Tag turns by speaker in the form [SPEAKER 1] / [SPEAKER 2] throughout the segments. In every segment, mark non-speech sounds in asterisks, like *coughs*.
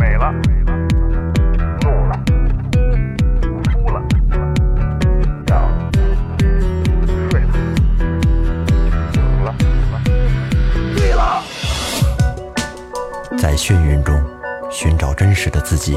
[SPEAKER 1] 美了，怒了，哭了，笑了，睡了，醒了，醉了。
[SPEAKER 2] 在眩晕中寻找真实的自己，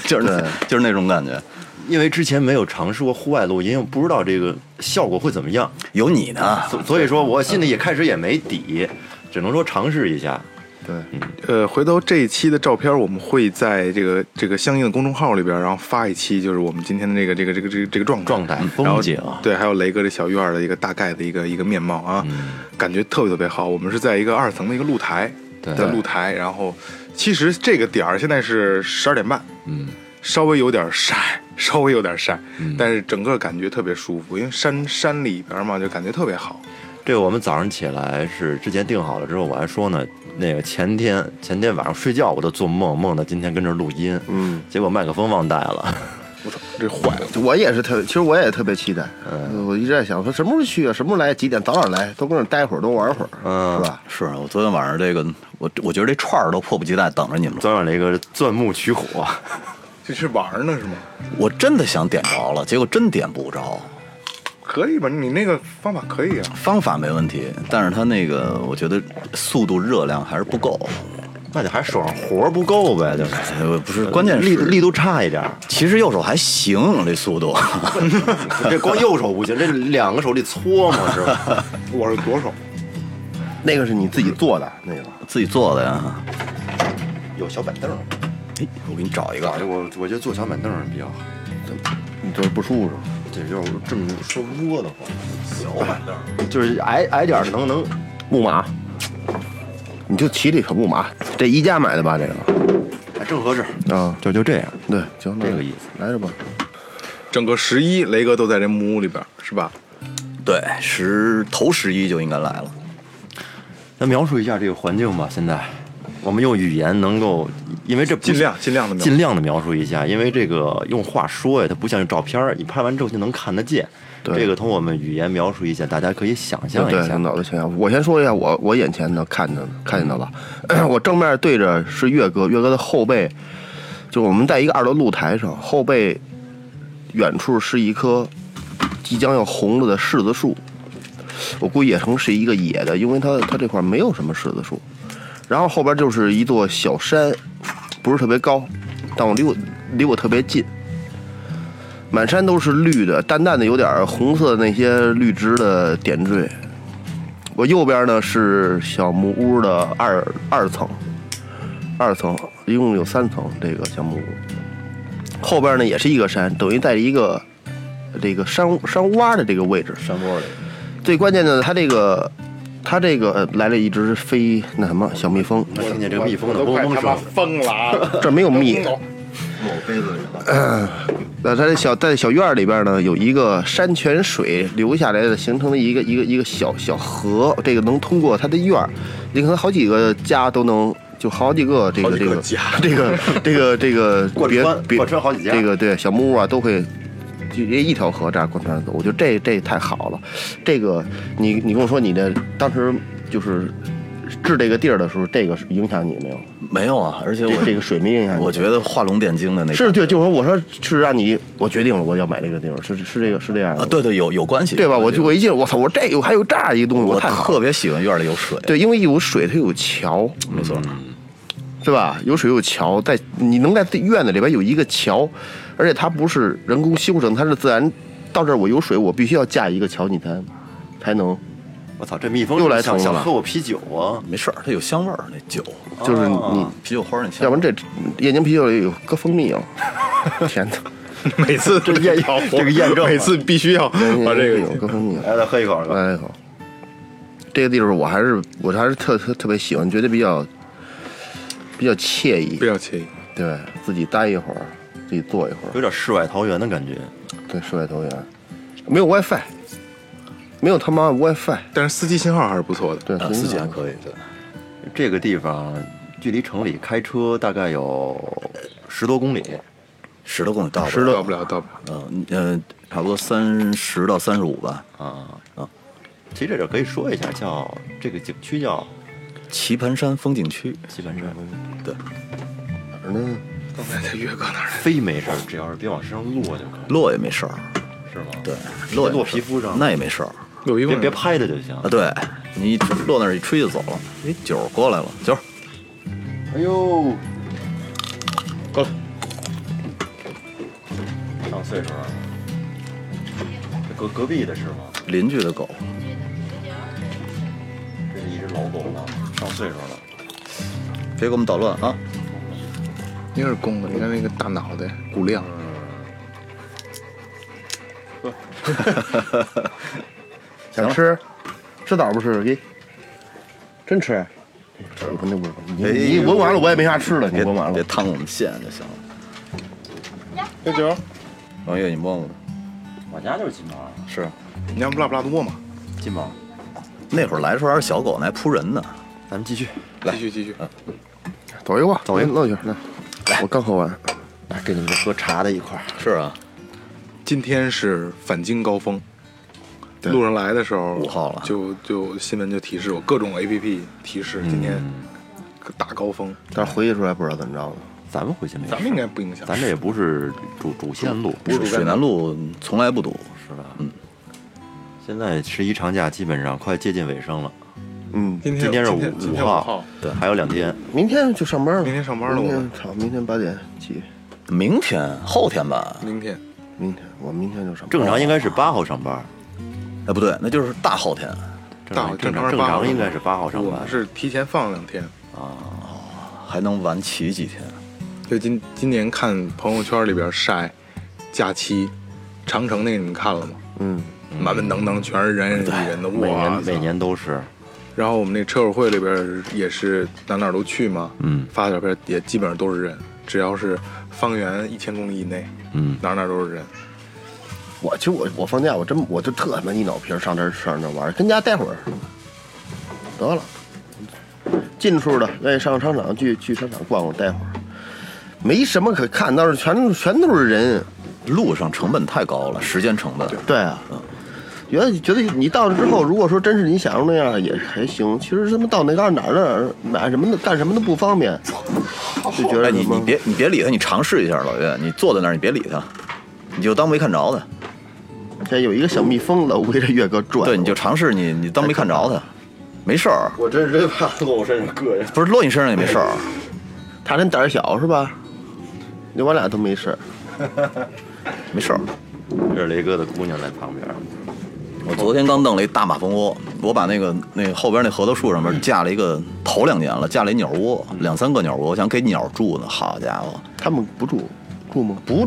[SPEAKER 3] *laughs* 就是那就是那种感觉。
[SPEAKER 4] 因为之前没有尝试过户外录音，我不知道这个效果会怎么样，
[SPEAKER 3] 有你呢，
[SPEAKER 4] 所所以说
[SPEAKER 3] 嗯
[SPEAKER 4] 我心里也开始也没底，只能说尝试一下。
[SPEAKER 5] 呃，回头这一期的照片，我们会在这个这个相应的公众号里边，然后发一期，就是我们今天的这个这个这个这个这个状态
[SPEAKER 4] 状
[SPEAKER 3] 嗯
[SPEAKER 4] 态
[SPEAKER 5] 然后
[SPEAKER 3] 风景
[SPEAKER 5] 对，还有雷哥这小院儿的一个大概的一个一个面貌啊，感觉特别特别好。我们是在一个二层的一个露台，
[SPEAKER 4] 对
[SPEAKER 5] 在露台，然后其实这个点儿现在是十二点半，嗯，稍微有点晒，稍微有点晒，但是整个感觉特别舒服，因为山山里边嘛，就感觉特别好。
[SPEAKER 4] 这个我们早上起来是之前定好了之后，我还说呢，那个前天前天晚上睡觉我都做梦，梦到今天跟这儿录音，嗯，结果麦克风忘带了， *laughs*
[SPEAKER 5] 我操，这坏了！
[SPEAKER 6] 我也是特，其实我也特别期待。
[SPEAKER 3] 嗯
[SPEAKER 6] 我一直在想，说什么时候去啊？什么时候来？几点？早点来，都跟那儿待会儿，多玩会儿，是吧？
[SPEAKER 3] 嗯是我昨天晚上这个，我我觉得这串儿都迫不及待等着你们了。
[SPEAKER 4] 昨晚那个钻木取火，
[SPEAKER 5] 这是玩儿呢是吗？
[SPEAKER 3] 我真的想点着了，结果真点不着。
[SPEAKER 5] 可以吧？你那个方法可以啊。
[SPEAKER 3] 方法没问题，但是它那个我觉得速度热量还是不够。
[SPEAKER 4] 那你还手上活儿不够呗，哎就是
[SPEAKER 3] 呃，不是，关键是
[SPEAKER 4] 力力度差一点儿，
[SPEAKER 3] 其实右手还行，这速度。 *laughs*
[SPEAKER 4] 这光右手不行，这两个手得搓嘛，是吧？
[SPEAKER 5] 我是左手，
[SPEAKER 6] *laughs* 那个是你自己做的那个。
[SPEAKER 3] 自己做的呀。
[SPEAKER 4] 有小板凳儿，
[SPEAKER 3] 哎，我给你找一个。
[SPEAKER 4] 我我觉得坐小板凳儿比较好。
[SPEAKER 6] 嗯你就是不舒服，
[SPEAKER 4] 这要是这么说窝的话，小板凳就是矮矮点儿能能
[SPEAKER 6] 木马，你就骑这匹木马，这宜家买的吧？这个
[SPEAKER 4] 哎正合适，
[SPEAKER 6] 啊，
[SPEAKER 4] 就就这样。
[SPEAKER 6] 对，行，那
[SPEAKER 4] 这个意思，
[SPEAKER 6] 来着吧。
[SPEAKER 5] 整个十一雷哥都在这木屋里边儿是吧？
[SPEAKER 3] 对，十头十一就应该来了。
[SPEAKER 4] 咱描述一下这个环境吧。现在我们用语言能够，因为这不是
[SPEAKER 5] 尽量尽量地描述
[SPEAKER 4] 尽量的描述一下，因为这个用话说呀，它不像是照片儿，你拍完之后就能看得见。
[SPEAKER 6] 对
[SPEAKER 4] 这个通过我们语言描述一下，大家可以想象一
[SPEAKER 6] 对，
[SPEAKER 4] 下。
[SPEAKER 6] 脑袋前仰。我先说一下我我眼前的看着看见到了， *clears throat* 我正面对着是岳哥，岳哥的后背，就我们在一个二楼露台上，后背远处是一棵即将要红了的柿子树，我估计也可能是一个野的，因为它它这块没有什么柿子树，然后后边就是一座小山，不是特别高，但我离我离我特别近。满山都是绿的，淡淡的有点红色的那些绿植的点缀。我右边呢是小木屋的二二层，二层一共有三层这个小木屋，后边呢也是一个山，等于在一个这个山山洼的这个位置。
[SPEAKER 3] 山窝里，
[SPEAKER 6] 最关键的，它这个它这个、呃来了一只飞那什么小蜜蜂，
[SPEAKER 4] 我听见这个蜜蜂
[SPEAKER 5] 我
[SPEAKER 4] 的
[SPEAKER 5] 都快
[SPEAKER 4] 嗡嗡
[SPEAKER 5] 他妈
[SPEAKER 4] 声，
[SPEAKER 5] 疯了啊！
[SPEAKER 6] 这儿没有蜜。
[SPEAKER 3] 某杯子
[SPEAKER 6] 那它这小在小院儿里边呢，有一个山泉水流下来的，形成了一个一个一个小小河，这个能通过它的院儿，你可能好几个家都能，就好几个这个这个这个这个这个
[SPEAKER 4] 贯
[SPEAKER 6] 别
[SPEAKER 4] 穿
[SPEAKER 6] 别
[SPEAKER 4] 贯穿好几家
[SPEAKER 6] 这个对小木屋啊都会。就这一条河这样贯穿走，我觉得这这太好了。这个你你跟我说你的当时就是治这个地儿的时候，这个是影响你没有？
[SPEAKER 3] 没有啊，而且我
[SPEAKER 6] 这这个水没影响你？
[SPEAKER 3] 我觉得画龙点睛的那个
[SPEAKER 6] 是对，就是我说是让你，我决定了，我要买这个地方，是是这个是这样的，
[SPEAKER 3] 啊，对对，有有关系，
[SPEAKER 6] 对吧？我
[SPEAKER 3] 有
[SPEAKER 6] 就我一进，我操，我这有还有这样一个东西，
[SPEAKER 3] 我
[SPEAKER 6] 太好了。
[SPEAKER 3] 特别嗯喜欢院里有水，
[SPEAKER 6] 对，因为有水，它有桥，
[SPEAKER 3] 没错，
[SPEAKER 6] 对吧？有水有桥，在你能在院子里边有一个桥，而且它不是人工修整，它是自然。到这儿我有水，我必须要架一个桥，你才才能，
[SPEAKER 4] 我操，这蜜蜂
[SPEAKER 6] 又来
[SPEAKER 4] 想
[SPEAKER 6] 虫
[SPEAKER 4] 想
[SPEAKER 6] 了
[SPEAKER 4] 喝我啤酒啊，
[SPEAKER 3] 没事儿，它有香味儿，那酒，
[SPEAKER 6] 就是你，
[SPEAKER 3] 啤酒花儿那香
[SPEAKER 6] 要
[SPEAKER 3] 味
[SPEAKER 6] 不
[SPEAKER 3] 儿，
[SPEAKER 6] 然这燕京啤酒里有 *laughs* 搁蜂蜜啊，天哪！
[SPEAKER 5] 每次这
[SPEAKER 4] 验这个 *laughs* 验证
[SPEAKER 5] 每次必须要把这
[SPEAKER 6] 有
[SPEAKER 5] 个
[SPEAKER 6] 搁蜂蜜啊。
[SPEAKER 4] 来再喝哎一口儿吧，
[SPEAKER 6] 来一口。这个地方我还是我还是特特特别喜欢，觉得比较比较惬意
[SPEAKER 5] 不，要惬意。
[SPEAKER 6] 对自己待一会儿，自己坐一会
[SPEAKER 4] 有
[SPEAKER 6] 儿，
[SPEAKER 4] 点世外桃源的感觉。
[SPEAKER 6] 对世外桃源，没有 WiFi，没有他妈 WiFi，
[SPEAKER 5] 但是司机信号还是不错的。
[SPEAKER 6] 对，
[SPEAKER 3] 啊，
[SPEAKER 6] 真
[SPEAKER 3] 四
[SPEAKER 6] 的
[SPEAKER 3] 季还可以，对，
[SPEAKER 4] 这个地方距离城里开车大概有十多公里，
[SPEAKER 3] 十多公里到不
[SPEAKER 5] 知
[SPEAKER 3] 了，
[SPEAKER 5] 道不了，到不了。
[SPEAKER 3] 嗯呃，差不多三十到三十五吧，
[SPEAKER 4] 啊
[SPEAKER 3] 啊！
[SPEAKER 4] 其实这地儿可以说一下，叫这个景区叫
[SPEAKER 3] 棋盘山风景区，
[SPEAKER 4] 棋盘山，
[SPEAKER 3] 对，
[SPEAKER 6] 哪儿呢？
[SPEAKER 5] 刚才在岳哥那儿，
[SPEAKER 4] 非没事儿，只要是别往身上落就可以，
[SPEAKER 3] 落也没事儿，
[SPEAKER 4] 是吗？
[SPEAKER 3] 对，落
[SPEAKER 4] 落
[SPEAKER 3] 也没事儿
[SPEAKER 4] 落皮肤上，
[SPEAKER 3] 那也没事儿
[SPEAKER 5] 有一
[SPEAKER 4] 别
[SPEAKER 5] 个
[SPEAKER 4] 别拍它就行。
[SPEAKER 3] 啊，对你一直落那儿一吹就走了，哎，酒儿过来了，酒儿，
[SPEAKER 4] 哎呦，
[SPEAKER 5] 够
[SPEAKER 4] 上岁数了，这隔隔壁的是吗？
[SPEAKER 3] 邻居的狗，
[SPEAKER 4] 这是一只老狗了，上岁数了。
[SPEAKER 3] 别给我们捣乱啊，
[SPEAKER 5] 那是公的，你看那个大脑袋骨量，啊
[SPEAKER 6] 想吃，吃枣不吃？给，真吃？我说那不是，你你闻完了我也没啥吃的，你
[SPEAKER 3] 别
[SPEAKER 6] 闻完
[SPEAKER 3] 别
[SPEAKER 6] 了，
[SPEAKER 3] 趟我们线就行了。
[SPEAKER 5] 小九，
[SPEAKER 3] 王月，你摸摸吧，
[SPEAKER 4] 我家就是金毛，
[SPEAKER 3] 是
[SPEAKER 5] 你家不拉布拉多吗？
[SPEAKER 4] 金毛，
[SPEAKER 3] 那会儿来的时候还是小狗呢，还扑人呢，
[SPEAKER 4] 咱们继续。
[SPEAKER 5] 继续继续，
[SPEAKER 6] 走一个，
[SPEAKER 4] 走一个
[SPEAKER 6] 弄一圈，来，我刚喝完，
[SPEAKER 4] 来，跟你们喝茶的一块儿。
[SPEAKER 3] 是啊，
[SPEAKER 5] 今天是返京高峰。路上来的时候，
[SPEAKER 3] 五号了
[SPEAKER 5] 就就新闻就提示我各种 A P P 提示今天大高峰，
[SPEAKER 6] 但是回去出来不知道怎么着了。
[SPEAKER 4] 咱们回去没事？
[SPEAKER 5] 咱们应该不影响。
[SPEAKER 4] 咱这也不是主主线路，
[SPEAKER 5] 不是主干道
[SPEAKER 3] 水南路从来不堵，
[SPEAKER 4] 是吧？嗯。现在十一长假基本上快接近尾声了，
[SPEAKER 6] 嗯，
[SPEAKER 5] 今
[SPEAKER 4] 今
[SPEAKER 5] 天
[SPEAKER 4] 是
[SPEAKER 5] 今天今
[SPEAKER 4] 五
[SPEAKER 5] 天
[SPEAKER 4] 号，对，还有两天。
[SPEAKER 6] 明天就上班了，
[SPEAKER 5] 明天上班了
[SPEAKER 6] 明
[SPEAKER 5] 我们
[SPEAKER 6] 天操，明天八点起。
[SPEAKER 3] 明天后天吧，
[SPEAKER 5] 明天
[SPEAKER 6] 明天我明天就上班。
[SPEAKER 4] 正常应该是八号上班，
[SPEAKER 3] 哎，不对，那就是大后天。
[SPEAKER 4] 正
[SPEAKER 5] 大
[SPEAKER 4] 常
[SPEAKER 5] 正
[SPEAKER 4] 正
[SPEAKER 5] 常是
[SPEAKER 4] 常正
[SPEAKER 5] 八号
[SPEAKER 4] 常应该是八号上
[SPEAKER 5] 我
[SPEAKER 4] 班
[SPEAKER 5] 们。是提前放两天。
[SPEAKER 3] 还能晚起几天？
[SPEAKER 5] 就今今年看朋友圈里边晒假期，长城那个你们看了吗？
[SPEAKER 6] 嗯，
[SPEAKER 5] 满满当当全是人人挤人的，
[SPEAKER 4] 每
[SPEAKER 5] 哇
[SPEAKER 4] 年！每年都是，
[SPEAKER 5] 然后我们那车友会里边也是哪哪都去嘛，
[SPEAKER 4] 嗯
[SPEAKER 5] 发的照片也基本上都是人，只要是方圆一千公里以内，
[SPEAKER 4] 嗯，
[SPEAKER 5] 哪哪都是人。
[SPEAKER 6] 我其实我我放假我真我就特他妈一脑皮儿上这儿上这儿玩儿，跟家待会儿得了。近处的愿意上商场去去商场逛逛待会儿，没什么可看，倒是全全都是人。
[SPEAKER 3] 路上成本太高了，时间成本。
[SPEAKER 6] 对啊，觉得觉得你到了之后，如果说真是你想象那样也还行，其实他妈到那旮哪儿哪儿买什么的干什么都不方便，就觉
[SPEAKER 3] 哎，
[SPEAKER 6] 得
[SPEAKER 3] 你
[SPEAKER 6] 什么
[SPEAKER 3] 你别你别理他，你尝试一下，老岳，你坐在那儿，你别理他，你就当没看着他。
[SPEAKER 6] 现在有一个小蜜蜂了围着岳哥转，
[SPEAKER 3] 对，你就尝试你，你当没看着他，没事儿，
[SPEAKER 4] 我真是真怕落我身上硌呀。
[SPEAKER 3] 不是落你身上也没事儿。
[SPEAKER 6] 他人胆儿小是吧？那我俩都没事儿，
[SPEAKER 3] 没事儿，
[SPEAKER 4] 这是雷哥的姑娘在旁边，
[SPEAKER 3] 我昨天刚弄了一大马蜂窝，我把那个那后边那核桃树上面架了一个，头两年了架了一鸟窝，两三个鸟窝，我想给鸟住呢。好家伙，
[SPEAKER 6] 他们不住住吗？
[SPEAKER 3] 不住，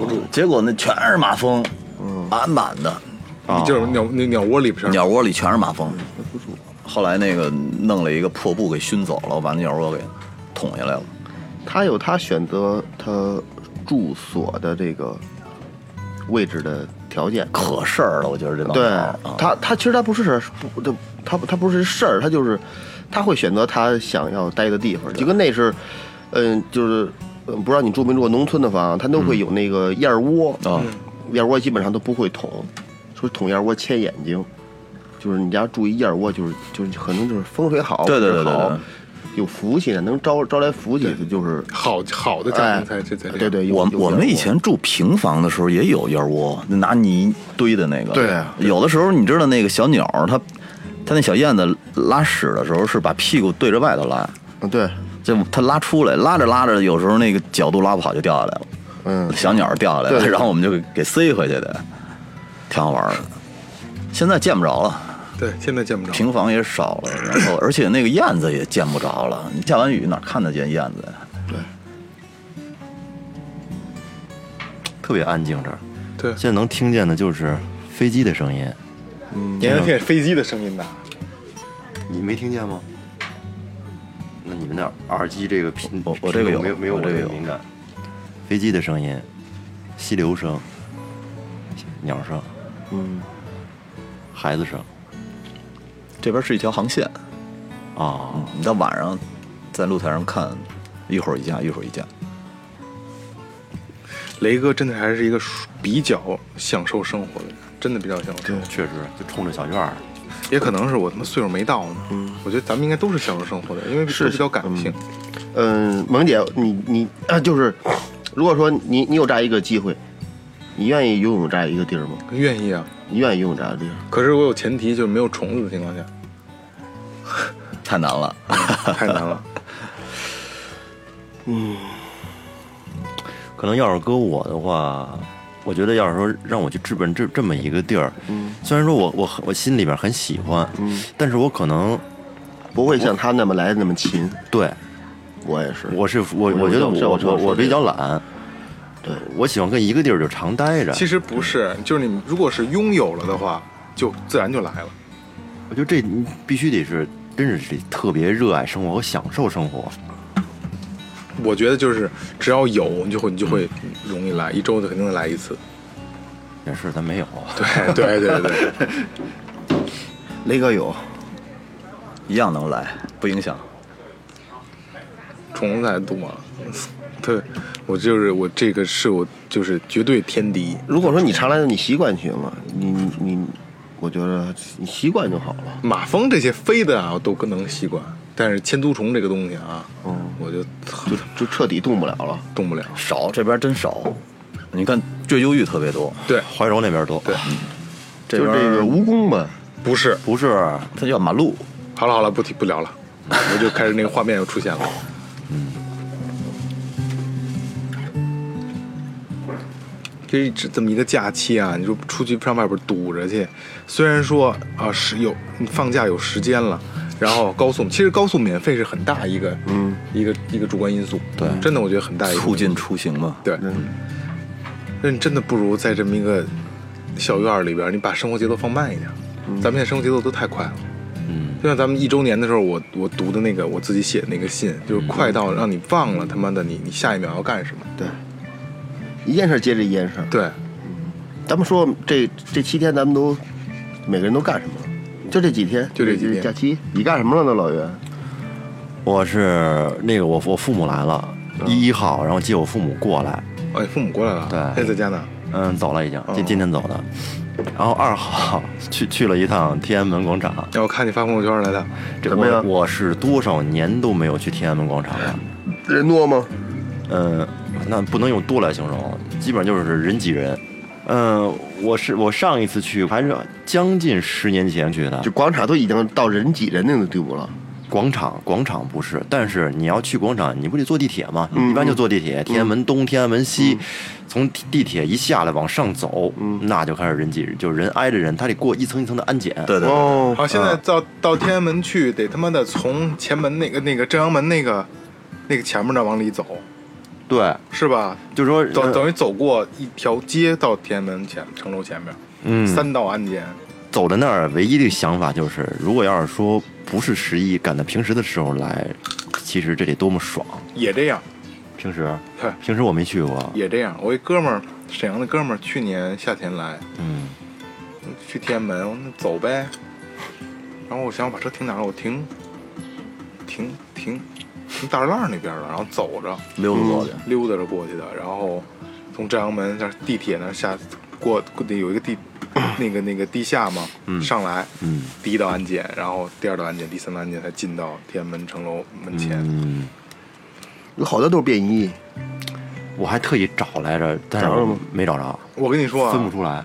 [SPEAKER 3] 不住，结果那全是马蜂，
[SPEAKER 6] 嗯
[SPEAKER 3] 满满的，
[SPEAKER 4] 哦
[SPEAKER 5] 你就是鸟那鸟窝里边儿，
[SPEAKER 3] 鸟窝里全是马蜂。
[SPEAKER 6] 嗯
[SPEAKER 3] 后来那个弄了一个破布给熏走了，我把那鸟窝给捅下来了。
[SPEAKER 6] 他有他选择他住所的这个位置的条件。
[SPEAKER 3] 可事儿了，我觉得这帮
[SPEAKER 6] 对
[SPEAKER 3] 鸟儿啊
[SPEAKER 6] 他，他其实他不是不，就他他不是事儿，他就是他会选择他想要待的地方，就跟那是，嗯，就是嗯，不知道你住没住过农村的房，它都会有那个燕窝
[SPEAKER 3] 嗯啊，
[SPEAKER 6] 燕窝基本上都不会捅，说捅燕窝切眼睛，就是你家住一燕窝，就是就是可能就是风水好，
[SPEAKER 3] 对对
[SPEAKER 6] 或者
[SPEAKER 3] 对对
[SPEAKER 6] 好
[SPEAKER 3] 对
[SPEAKER 6] 有福气的，能招招来福气的，就是
[SPEAKER 5] 好好的家
[SPEAKER 6] 哎
[SPEAKER 5] 庭才这才这样
[SPEAKER 6] 对对，有
[SPEAKER 3] 我
[SPEAKER 6] 有
[SPEAKER 3] 我
[SPEAKER 6] 燕窝
[SPEAKER 3] 们以前住平房的时候也有燕窝，拿泥堆的那个。
[SPEAKER 6] 对啊
[SPEAKER 3] 有的时候你知道那个小鸟儿它，它那小燕子拉屎的时候是把屁股对着外头拉，
[SPEAKER 6] 嗯对，
[SPEAKER 3] 这它拉出来，拉着拉着，有时候那个角度拉不好就掉下来了，
[SPEAKER 6] 嗯，
[SPEAKER 3] 小鸟儿掉下来
[SPEAKER 6] 对
[SPEAKER 3] 了，
[SPEAKER 6] 对
[SPEAKER 3] 然后我们就给给塞回去的，挺好玩儿的。现在见不着了，
[SPEAKER 5] 对，现在见不着。
[SPEAKER 3] 平房也少了，然后而且那个燕子也见不着了。你下完雨哪看得见燕子呀？
[SPEAKER 4] 特别安静这儿。
[SPEAKER 5] 对，
[SPEAKER 4] 现在能听见的就是飞机的声音，
[SPEAKER 5] 你还能听见飞机的声音呢。
[SPEAKER 4] 你没听见吗？那你们那耳机这个频，
[SPEAKER 3] 我我这个有
[SPEAKER 4] 没有没有
[SPEAKER 3] 我这个
[SPEAKER 4] 这
[SPEAKER 3] 有
[SPEAKER 4] 敏感？飞机的声音，溪流声，鸟声，嗯，孩子声
[SPEAKER 3] 这边是一条航线，
[SPEAKER 4] 啊，
[SPEAKER 3] 你到晚上在露台上看，一会儿一架，一会儿一架。
[SPEAKER 5] 雷哥真的还是一个比较享受生活的人，真的比较享受生活。
[SPEAKER 4] 确实就冲着小院儿。
[SPEAKER 5] 也可能是我他妈岁数没到呢。我觉得咱们应该都是享受生活的，因为嗯是比较感性。
[SPEAKER 6] 嗯，萌姐，你你啊，就是，如果说你你有这样一个机会，你愿意拥有这样一个地儿吗？
[SPEAKER 5] 愿意啊，
[SPEAKER 6] 你愿意拥有这样的地儿？
[SPEAKER 5] 可是我有前提，就是没有虫子的情况下，
[SPEAKER 3] 太难了，
[SPEAKER 5] *laughs* 太难了。
[SPEAKER 4] 可能要是搁我的话，我觉得要是说让我去直奔这这么一个地儿，虽然说我我我心里边很喜欢，但是我可能
[SPEAKER 6] 不会像他那么来的那么勤。
[SPEAKER 4] 对
[SPEAKER 6] 我也是，
[SPEAKER 4] 我是我
[SPEAKER 6] 我
[SPEAKER 4] 我觉得
[SPEAKER 6] 这
[SPEAKER 4] 我
[SPEAKER 6] 我知道
[SPEAKER 4] 我
[SPEAKER 6] 说
[SPEAKER 4] 我
[SPEAKER 6] 这
[SPEAKER 4] 比
[SPEAKER 6] 个
[SPEAKER 4] 较懒，
[SPEAKER 6] 对
[SPEAKER 4] 我喜欢跟一个地儿就常待着。
[SPEAKER 5] 其实不是，就是你如果是拥有了的话，就自然就来了。
[SPEAKER 4] 我觉得这你必须得是，真是得特别热爱生活和享受生活。
[SPEAKER 5] 我觉得就是只要有，你就会你就会容易来，一周就肯定会来一次。
[SPEAKER 4] 也是，咱没
[SPEAKER 6] *laughs*
[SPEAKER 4] 有。
[SPEAKER 5] 对对对对， *laughs*
[SPEAKER 6] 雷哥有，
[SPEAKER 3] 一样能来，不影响。
[SPEAKER 5] 虫子太多了。对，我就是我这个是我就是绝对天敌。
[SPEAKER 6] 如果说你常来的，你习惯行了，你你你，我觉得你习惯就好了。
[SPEAKER 5] 马蜂这些飞的啊，我都能习惯，但是千足虫这个东西啊，
[SPEAKER 6] 嗯
[SPEAKER 5] 我就
[SPEAKER 6] 就就彻底动不了了，
[SPEAKER 5] 动不了。
[SPEAKER 3] 少，这边真少。你看追忧郁特别多，嗯
[SPEAKER 5] 对，
[SPEAKER 4] 怀柔那边多，
[SPEAKER 5] 对
[SPEAKER 3] 这
[SPEAKER 6] 就
[SPEAKER 3] 边
[SPEAKER 6] 是这个蜈蚣吧，
[SPEAKER 5] 不是。
[SPEAKER 4] 不是
[SPEAKER 3] 它叫马路，
[SPEAKER 5] 好了好了，不提不聊了，我就开始那个画面又出现了。嗯就是这这么一个假期啊，你说出去上外边堵着去，虽然说啊是有你放假有时间了，然后高速其实高速免费是很大一个嗯一个一个主观因素，对，真的我觉得很大一个
[SPEAKER 3] 促进出行嘛。
[SPEAKER 5] 哎对，那你真的不如在这么一个小院儿里边儿，你把生活节奏放慢一点儿。咱们现在生活节奏都太快了。嗯，就像咱们一周年的时候，我我读的那个我自己写的那个信，就是快到让你忘了他妈的你你下一秒要干什么。
[SPEAKER 6] 对，一件事接着一件事。
[SPEAKER 5] 对，
[SPEAKER 6] 咱们说这这七天，咱们都每个人都干什么了？就这几天，
[SPEAKER 5] 就这几天
[SPEAKER 6] 假期，你干什么了呢，老袁？
[SPEAKER 4] 我是那个我我父母来了，
[SPEAKER 6] 嗯
[SPEAKER 4] 一号，然后接我父母过来，
[SPEAKER 5] 哦，你父母过来了，
[SPEAKER 4] 对
[SPEAKER 5] 还在家呢。
[SPEAKER 4] 嗯，走了已经，
[SPEAKER 6] 哦
[SPEAKER 4] 今今天走的。然后二号去去了一趟天安门广场，
[SPEAKER 5] 哎，我看你发朋友圈来的，
[SPEAKER 4] 这
[SPEAKER 6] 怎么
[SPEAKER 4] 我
[SPEAKER 6] 样
[SPEAKER 4] 我是多少年都没有去天安门广场了，
[SPEAKER 6] 人多吗？
[SPEAKER 4] 嗯，那不能用多来形容，基本上就是人挤人。嗯，我是我上一次去还是将近十年前去的，
[SPEAKER 6] 就广场都已经到人挤人那种地步了。
[SPEAKER 4] 广场，广场不是，但是你要去广场，你不得坐地铁吗？
[SPEAKER 5] 嗯
[SPEAKER 4] 你一般就坐地铁，天安门东、天安门西，从地铁一下来往上走，
[SPEAKER 5] 嗯
[SPEAKER 4] 那就开始人挤，人，就人挨着人，他得过一层一层的安检。
[SPEAKER 3] 对对，对
[SPEAKER 6] 哦，
[SPEAKER 5] 好，现在到到天安门去，得他妈的从前门那个那个正阳门那个那个前面那往里走，
[SPEAKER 4] 对，
[SPEAKER 5] 是吧？
[SPEAKER 4] 就是说呃
[SPEAKER 5] 等等于走过一条街到天安门前城楼前面，
[SPEAKER 4] 嗯
[SPEAKER 5] 三道安检，
[SPEAKER 4] 走到那儿，唯一的想法就是，如果要是说不是十一赶到平时的时候来，其实这得多么爽！
[SPEAKER 5] 也这样，
[SPEAKER 4] 平时
[SPEAKER 5] 对，
[SPEAKER 4] 平时我没去过，
[SPEAKER 5] 也这样。我一哥们儿，沈阳的哥们儿，去年夏天来
[SPEAKER 4] 嗯，
[SPEAKER 5] 去天安门，我说那走呗。然后我想我把车停哪儿了？我停，停停停大栅栏那边儿了，然后走着。
[SPEAKER 3] 溜达过去，
[SPEAKER 5] 溜达着过去的，然后从正阳门那儿地铁那儿下过，过有一个地那个那个地下嘛，上来，
[SPEAKER 4] 嗯，
[SPEAKER 5] 第一道安检，然后第二道安检，第三道安检才进到天安门城楼门前。
[SPEAKER 4] 嗯，
[SPEAKER 6] 有好多都是便衣，
[SPEAKER 4] 我还特意找来着，但是
[SPEAKER 6] 找着
[SPEAKER 4] 我
[SPEAKER 6] 吗
[SPEAKER 4] 没找着，
[SPEAKER 5] 我跟你说
[SPEAKER 4] 分不
[SPEAKER 5] 啊，
[SPEAKER 4] 出来。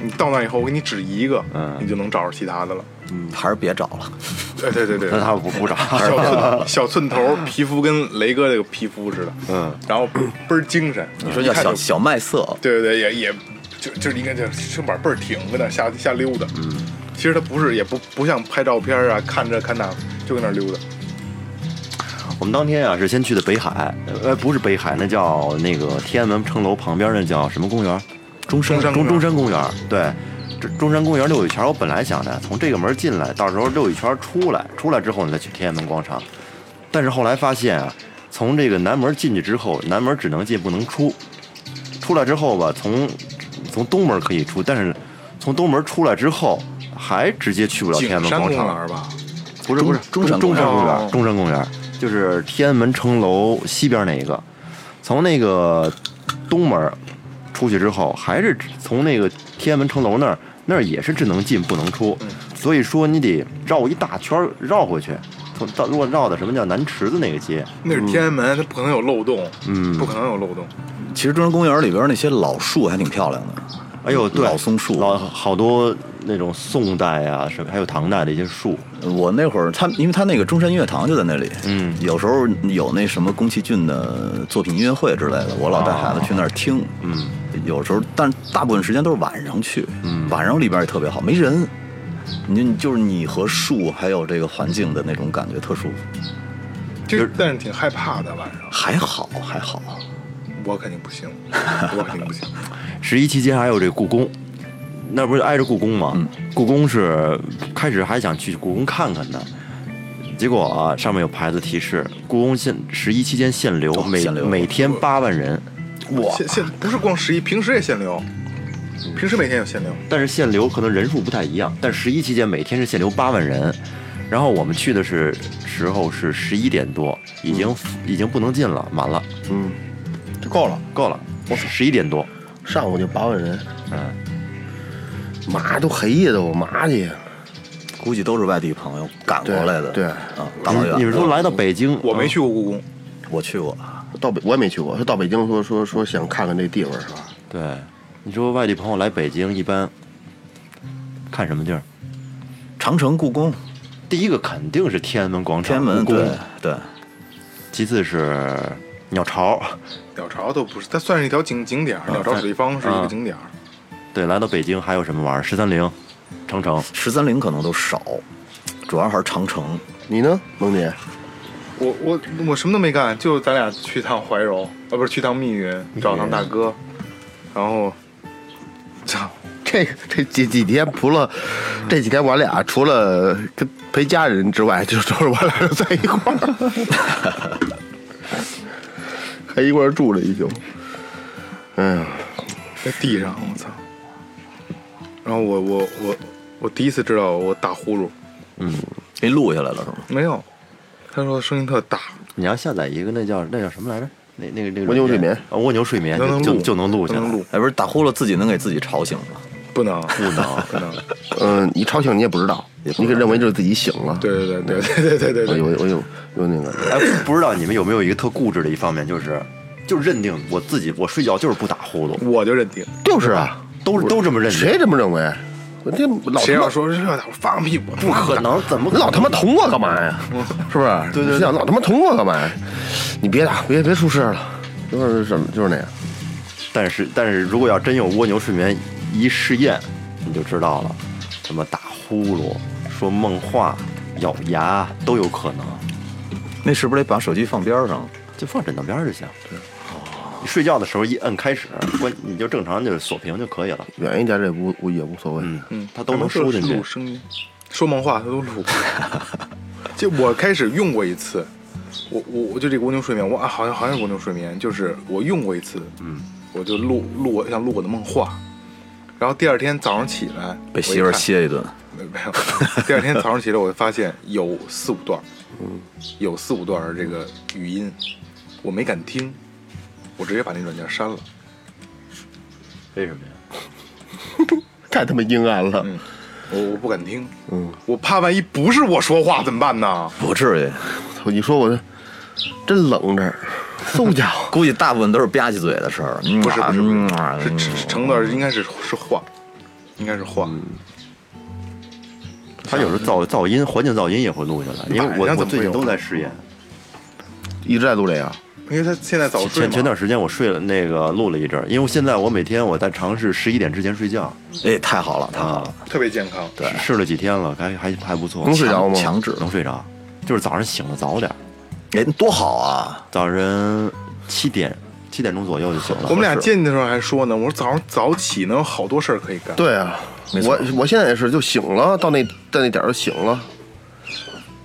[SPEAKER 5] 你到那以后，我给你指一个，
[SPEAKER 4] 嗯
[SPEAKER 5] 你就能找着其他的了。
[SPEAKER 3] 还是别找了。
[SPEAKER 5] 哎，对对对
[SPEAKER 4] *laughs* 那，他不不找，
[SPEAKER 5] 小 *laughs* 寸小寸头，皮肤跟雷哥这个皮肤似的，
[SPEAKER 4] 嗯，
[SPEAKER 5] 然后倍儿精神。
[SPEAKER 3] 你说叫
[SPEAKER 5] 一嗯看就
[SPEAKER 3] 小小麦色，
[SPEAKER 5] 对对对，也也就就是应该就是身板倍儿挺，搁那瞎瞎溜达。嗯，其实他不是，也不不像拍照片啊，看这看那，就搁那溜达。
[SPEAKER 4] 我们当天啊是先去的北海，呃，不是北海，那叫那个天安门城楼旁边那叫什么公园？中山
[SPEAKER 5] 中山公
[SPEAKER 4] 中
[SPEAKER 5] 园
[SPEAKER 4] 中山公园。对，这中山公园溜一圈。我本来想的从这个门进来，到时候溜一圈出来，出来之后你再去天安门广场。但是后来发现啊，从这个南门进去之后，南门只能进不能出。出来之后吧，从从东门可以出，但是从东门出来之后，还直接去不了
[SPEAKER 5] 景
[SPEAKER 4] 天安门
[SPEAKER 5] 山
[SPEAKER 4] 广
[SPEAKER 5] 公
[SPEAKER 4] 场。
[SPEAKER 5] 园吧，
[SPEAKER 4] 不是
[SPEAKER 3] 中
[SPEAKER 4] 不是
[SPEAKER 3] 中山
[SPEAKER 4] 中
[SPEAKER 3] 公
[SPEAKER 4] 山
[SPEAKER 3] 园
[SPEAKER 4] 公
[SPEAKER 5] 哦
[SPEAKER 4] 园，中山公园就是天安门城楼西边那一个，从那个东门出去之后，还是从那个天安门城楼那儿，那儿也是只能进不能出，所以说你得绕一大圈儿绕回去，从到如果绕到什么叫南池子那个街，
[SPEAKER 5] 那是天安门，它不可能有漏洞，
[SPEAKER 4] 嗯
[SPEAKER 5] 不可能有漏洞。
[SPEAKER 3] 其实中山公园里边那些老树还挺漂亮的，
[SPEAKER 4] 哎呦，对，
[SPEAKER 3] 老松树
[SPEAKER 4] 老好多那种宋代啊什么，还有唐代的一些树，
[SPEAKER 3] 我那会儿他，因为他那个中山音乐堂就在那里，
[SPEAKER 4] 嗯
[SPEAKER 3] 有时候有那什么宫崎骏的作品音乐会之类的，我老带孩子去那儿听，
[SPEAKER 4] 嗯，
[SPEAKER 3] 有时候，但大部分时间都是晚上去，嗯，晚上里边也特别好，没人，你你就是你和树还有这个环境的那种感觉特舒服，
[SPEAKER 5] 其
[SPEAKER 4] 嗯
[SPEAKER 5] 实但是挺害怕的，晚上
[SPEAKER 3] 还好还好，
[SPEAKER 5] 我肯定不行，我肯定不行。
[SPEAKER 4] 十一期间还有这个故宫，那不是挨着故宫
[SPEAKER 3] 嗯
[SPEAKER 4] 吗？故宫是开始还想去故宫看看的，结果啊，上面有牌子提示，故宫限十一期间限流，
[SPEAKER 3] 哦
[SPEAKER 4] 每
[SPEAKER 3] 限流
[SPEAKER 4] 每天八万人，
[SPEAKER 3] 哇，
[SPEAKER 5] 现现不是光十一，平时也限流，平时每天有限流。
[SPEAKER 4] 但是限流可能人数不太一样，但十一期间每天是限流八万人。然后我们去的是时候是十一点多，已经、
[SPEAKER 3] 嗯
[SPEAKER 4] 已经不能进了，满了，
[SPEAKER 6] 嗯，就够了。
[SPEAKER 4] 够了，十一点多，
[SPEAKER 6] 上午就八万人，
[SPEAKER 4] 嗯，
[SPEAKER 6] 嘛都黑呀都，嘛去呀？
[SPEAKER 3] 估计都是外地朋友赶过
[SPEAKER 6] 对
[SPEAKER 3] 来的，
[SPEAKER 6] 对
[SPEAKER 3] 啊，大老
[SPEAKER 4] 你
[SPEAKER 3] 远
[SPEAKER 4] 你们
[SPEAKER 3] 的
[SPEAKER 4] 都来到北京，嗯
[SPEAKER 5] 我没去过故宫，
[SPEAKER 3] 我去过，
[SPEAKER 6] 到北我也没去过，说到北京说说说想看看这地方是吧？
[SPEAKER 4] 对，你说外地朋友来北京一般看什么地儿？
[SPEAKER 3] 长城、故宫、
[SPEAKER 4] 第一个肯定是天安门广场、
[SPEAKER 3] 天安门，
[SPEAKER 4] 故宫
[SPEAKER 3] 对，对，
[SPEAKER 4] 其次是鸟巢。 *laughs*
[SPEAKER 5] 鸟巢都不是，它算是一条景景点儿，鸟巢水立方是一个景点儿。
[SPEAKER 4] 对，来到北京还有什么玩意儿？十三陵、长城。
[SPEAKER 3] 十三陵可能都少，主要还是长城。
[SPEAKER 6] 你呢，萌姐？
[SPEAKER 5] 我我我什么都没干，就咱俩去趟怀柔，啊，不是去趟密云，找趟大哥，然后，操，
[SPEAKER 6] *laughs* 这个这几几天除了这几天我俩除了跟陪家人之外，就都是我俩在一块儿， *laughs* 还一块儿住了一宿。哎呀，
[SPEAKER 5] 在地上，我操。然后我我我我第一次知道我打呼噜，
[SPEAKER 3] 给你录下来了是吗？
[SPEAKER 5] 没有，他说声音特大，
[SPEAKER 4] 你要下载一个那叫那叫什么来着？那那个那个
[SPEAKER 6] 蜗牛
[SPEAKER 4] 软件
[SPEAKER 6] 睡眠
[SPEAKER 4] 啊，蜗牛睡眠
[SPEAKER 5] 他能
[SPEAKER 4] 就
[SPEAKER 5] 录
[SPEAKER 4] 就就能录
[SPEAKER 5] 他
[SPEAKER 4] 下来。
[SPEAKER 5] 能录，
[SPEAKER 3] 哎，不是打呼噜自己能给自己吵醒吗？
[SPEAKER 5] 不能不能不能，
[SPEAKER 6] 嗯，你吵醒你也不知道，你可认为就是自己醒了。
[SPEAKER 5] 对对对对对对对对
[SPEAKER 6] 我啊有我有有那个，
[SPEAKER 4] 哎，不知道你们有没有一个特固执的一方面，就是就认定我自己我睡觉就是不打呼噜，
[SPEAKER 5] 对，我就认定，
[SPEAKER 6] 就是啊，
[SPEAKER 4] 都是都这么认定。
[SPEAKER 6] 谁这么认为？这老
[SPEAKER 5] 谁
[SPEAKER 6] 他妈
[SPEAKER 5] 要说这我放屁，我不
[SPEAKER 6] 不可
[SPEAKER 5] 可能。
[SPEAKER 6] 能，怎么老他妈捅我干嘛呀？是不是？对对，想老他妈捅我干嘛呀？你别打，别别出事了，就是什么就是那样。
[SPEAKER 4] 但是但是如果要真有蜗牛睡眠一试验，你就知道了，什么打呼噜、说梦话、咬牙都有可能，
[SPEAKER 3] 那是不是得把手机放边儿上？
[SPEAKER 4] 就放枕头边儿就行。对。你睡觉的时候一摁开始，关你就正常就是锁屏就可以了。
[SPEAKER 6] 远一点这无无也无所谓。
[SPEAKER 4] 嗯，它都能收进去
[SPEAKER 5] 录。声音，说梦话它都录。就我开始用过一次，我我我就这个蜗牛睡眠，我啊好像好像是蜗牛睡眠，就是我用过一次，嗯，我就录录我想录我的梦话，然后第二天早上起来
[SPEAKER 3] 被媳妇儿
[SPEAKER 5] 我一看
[SPEAKER 3] 歇一顿，
[SPEAKER 5] 没没有。第二天早上起来，我就发现有四五段，嗯，有四五段儿这个语音，我没敢听，我直接把那软件删了。
[SPEAKER 4] 为什么呀？
[SPEAKER 6] 太他妈阴暗了，
[SPEAKER 5] 嗯，我我不敢听，嗯，我怕万一不是我说话怎么办呢？
[SPEAKER 3] 不至于，，
[SPEAKER 6] 操！你说我这真冷这儿，嗖家伙
[SPEAKER 3] 估计大部分都是吧唧嘴的事儿。不
[SPEAKER 5] 不是不是
[SPEAKER 3] 嗯
[SPEAKER 5] 不是，是是成段应该是是话，应该是话。
[SPEAKER 4] 它有时候噪噪音、环境噪音也会录下来，因为
[SPEAKER 5] 晚
[SPEAKER 4] 我
[SPEAKER 5] 上怎
[SPEAKER 4] 我
[SPEAKER 5] 么
[SPEAKER 4] 最
[SPEAKER 5] 会
[SPEAKER 4] 近
[SPEAKER 5] 有
[SPEAKER 4] 都
[SPEAKER 5] 呢
[SPEAKER 4] 在试验。
[SPEAKER 6] 一直在录这个。
[SPEAKER 5] 因为他现在早睡
[SPEAKER 4] 前
[SPEAKER 5] 嘛
[SPEAKER 4] 前段时间我睡了那个录了一阵儿，因为现在我每天我在尝试十一点之前睡觉
[SPEAKER 3] 哎，太好了，太好了，
[SPEAKER 5] 特别健康，
[SPEAKER 4] 对，试了几天了，还还还不错，
[SPEAKER 6] 能睡着吗
[SPEAKER 3] 强制，
[SPEAKER 4] 能睡着，就是早上醒的早点儿，
[SPEAKER 3] 哎，多好啊！
[SPEAKER 4] 早晨七点七点钟左右就醒了。
[SPEAKER 5] 我们俩
[SPEAKER 4] 是
[SPEAKER 5] 进去的时候还说呢，我说早上早起能有好多事儿可以干。
[SPEAKER 6] 对啊，我我现在也是，就醒了，到那到那点儿就醒了。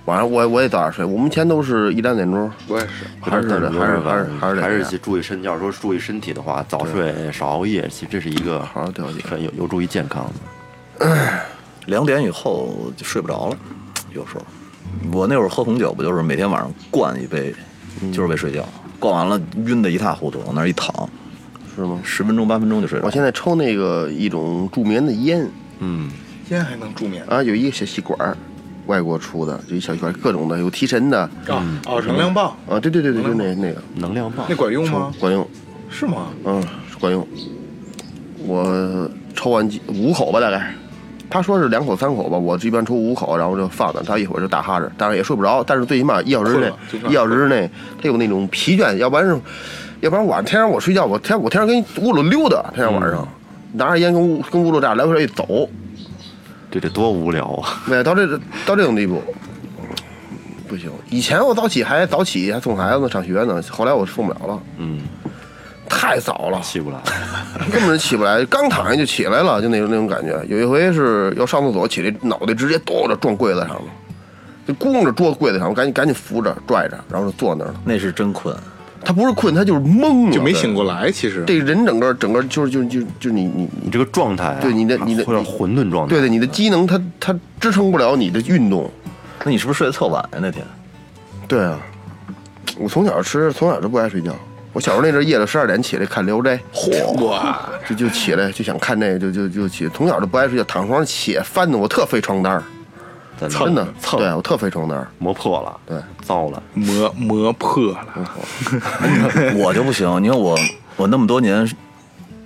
[SPEAKER 6] 晚上我我也早点睡，我们以前都是一两点钟，
[SPEAKER 5] 我也是，
[SPEAKER 6] 还是
[SPEAKER 4] 但
[SPEAKER 6] 得
[SPEAKER 4] 没有
[SPEAKER 6] 还是
[SPEAKER 4] 办法
[SPEAKER 6] 还是还是得
[SPEAKER 4] 还
[SPEAKER 6] 这
[SPEAKER 4] 是
[SPEAKER 6] 样
[SPEAKER 4] 去注意身，要是说注意身体的话，早睡少熬夜，其实这是一个
[SPEAKER 6] 好好调节
[SPEAKER 4] 很有有助于健康的。
[SPEAKER 3] 两点以后就睡不着了，有时候。我那会儿喝红酒，不就是每天晚上灌一杯，
[SPEAKER 6] 嗯
[SPEAKER 3] 就是为睡觉，灌完了晕得一塌糊涂，往那儿一躺，
[SPEAKER 6] 是吗？
[SPEAKER 3] 十分钟八分钟就睡着。
[SPEAKER 6] 我现在抽那个一种助眠的烟
[SPEAKER 4] 嗯，
[SPEAKER 5] 烟还能助眠
[SPEAKER 6] 啊，有一个小吸管儿，外国出的，就一小吸管儿，各种的，有提神的
[SPEAKER 5] 啊啊，能量棒
[SPEAKER 6] 啊，对对对对，就那那个
[SPEAKER 4] 能量棒
[SPEAKER 5] 那。管用吗？
[SPEAKER 6] 管用，
[SPEAKER 5] 是吗？
[SPEAKER 6] 嗯，管用。我抽完几五口吧，大概。他说是两口三口吧，我一般抽五口，然后就放那，他一会儿就打哈欠，但是也睡不着，但是最起码一小时之
[SPEAKER 5] 困
[SPEAKER 6] 内
[SPEAKER 5] 了最起，码
[SPEAKER 6] 一小时之内他有那种疲倦，要不然是，要不然晚上天上我睡觉，我天我天上跟屋里溜达，天天
[SPEAKER 5] 嗯
[SPEAKER 6] 晚上、拿着烟跟屋跟屋里这样来回一走，
[SPEAKER 4] 这得多无聊啊！ *laughs*
[SPEAKER 6] 对，到这到这种地步，不行。以前我早起还早起还送孩子呢，上学呢，后来我送不了了，
[SPEAKER 4] 嗯，
[SPEAKER 6] 太早了，
[SPEAKER 4] 起不来。
[SPEAKER 6] 根本起不来，刚躺下就起来了，就那种那种感觉。有一回是要上厕所，起来脑袋直接哆着撞柜子上了，就弓着桌柜子上，我赶紧赶紧扶着拽着，然后就坐那儿了。
[SPEAKER 3] 那是真困，
[SPEAKER 6] 他不是困，他就是懵了，
[SPEAKER 5] 就没醒过来，其实
[SPEAKER 6] 对。这人整个整个就是就是就是就是你你
[SPEAKER 4] 你
[SPEAKER 6] 你
[SPEAKER 4] 这个状态啊、
[SPEAKER 6] 对你的你的
[SPEAKER 4] 或者混沌状态，
[SPEAKER 6] 对对，你的机能它它支撑不了你的运动。
[SPEAKER 3] 那你是不是睡得特晚呀？那
[SPEAKER 6] *laughs*
[SPEAKER 3] 天
[SPEAKER 6] 对啊，我从小吃从小就不爱睡觉。我小时候那阵儿夜里十二点起来看《聊斋》，
[SPEAKER 5] 哇，
[SPEAKER 6] 就就起来就想看这个，就就就起，从小就不爱睡觉，躺床上起翻的我特费床单儿。
[SPEAKER 4] 在那
[SPEAKER 6] 真的，
[SPEAKER 4] 蹭
[SPEAKER 6] 对我特费床单儿。
[SPEAKER 4] 磨破了，
[SPEAKER 6] 对，
[SPEAKER 4] 糟了，
[SPEAKER 5] 磨磨破了，
[SPEAKER 3] 我就不行，你看我，我那么多年，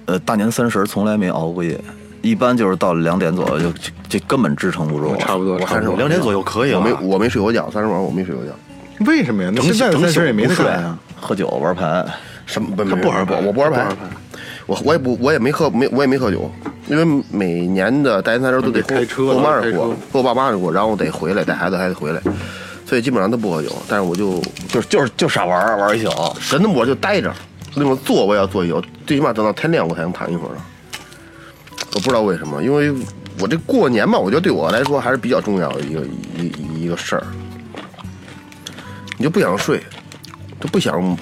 [SPEAKER 3] 呃，大年三十儿从来没熬过夜，一般就是到两点左右就就就根本支撑不住了。
[SPEAKER 5] 差不多，差不多。
[SPEAKER 4] 两点左右可以了啊
[SPEAKER 6] 我没
[SPEAKER 4] 吧。
[SPEAKER 6] 我没睡过觉，三十晚上我没睡过觉。
[SPEAKER 5] 为什么呀？那
[SPEAKER 3] 整
[SPEAKER 5] 现
[SPEAKER 3] 宿
[SPEAKER 5] 在的
[SPEAKER 3] 整
[SPEAKER 5] 三
[SPEAKER 3] 宿
[SPEAKER 5] 十也没
[SPEAKER 3] 不
[SPEAKER 5] 得
[SPEAKER 3] 睡
[SPEAKER 5] 干啊。，
[SPEAKER 3] 喝酒玩牌，
[SPEAKER 6] 什么不
[SPEAKER 3] 他不玩牌
[SPEAKER 6] 我不玩牌，我我也不我也没喝没我也没喝酒，因为每年的大年三十都得
[SPEAKER 5] 开车
[SPEAKER 6] 跟我妈
[SPEAKER 5] 老得
[SPEAKER 6] 那
[SPEAKER 5] 开
[SPEAKER 6] 过
[SPEAKER 5] 车，
[SPEAKER 6] 跟我爸妈那过，然后我得回来带孩子还得回来，所以基本上都不喝酒。但是我就
[SPEAKER 3] 就是就是就傻玩儿玩一宿。
[SPEAKER 6] 神的我就待着，那种坐我也要坐一宿，最起码等到天亮我才能躺一会儿呢。我不知道为什么，因为我这过年吧，我觉得对我来说还是比较重要的一个一一一个事儿。你就不想睡，就不想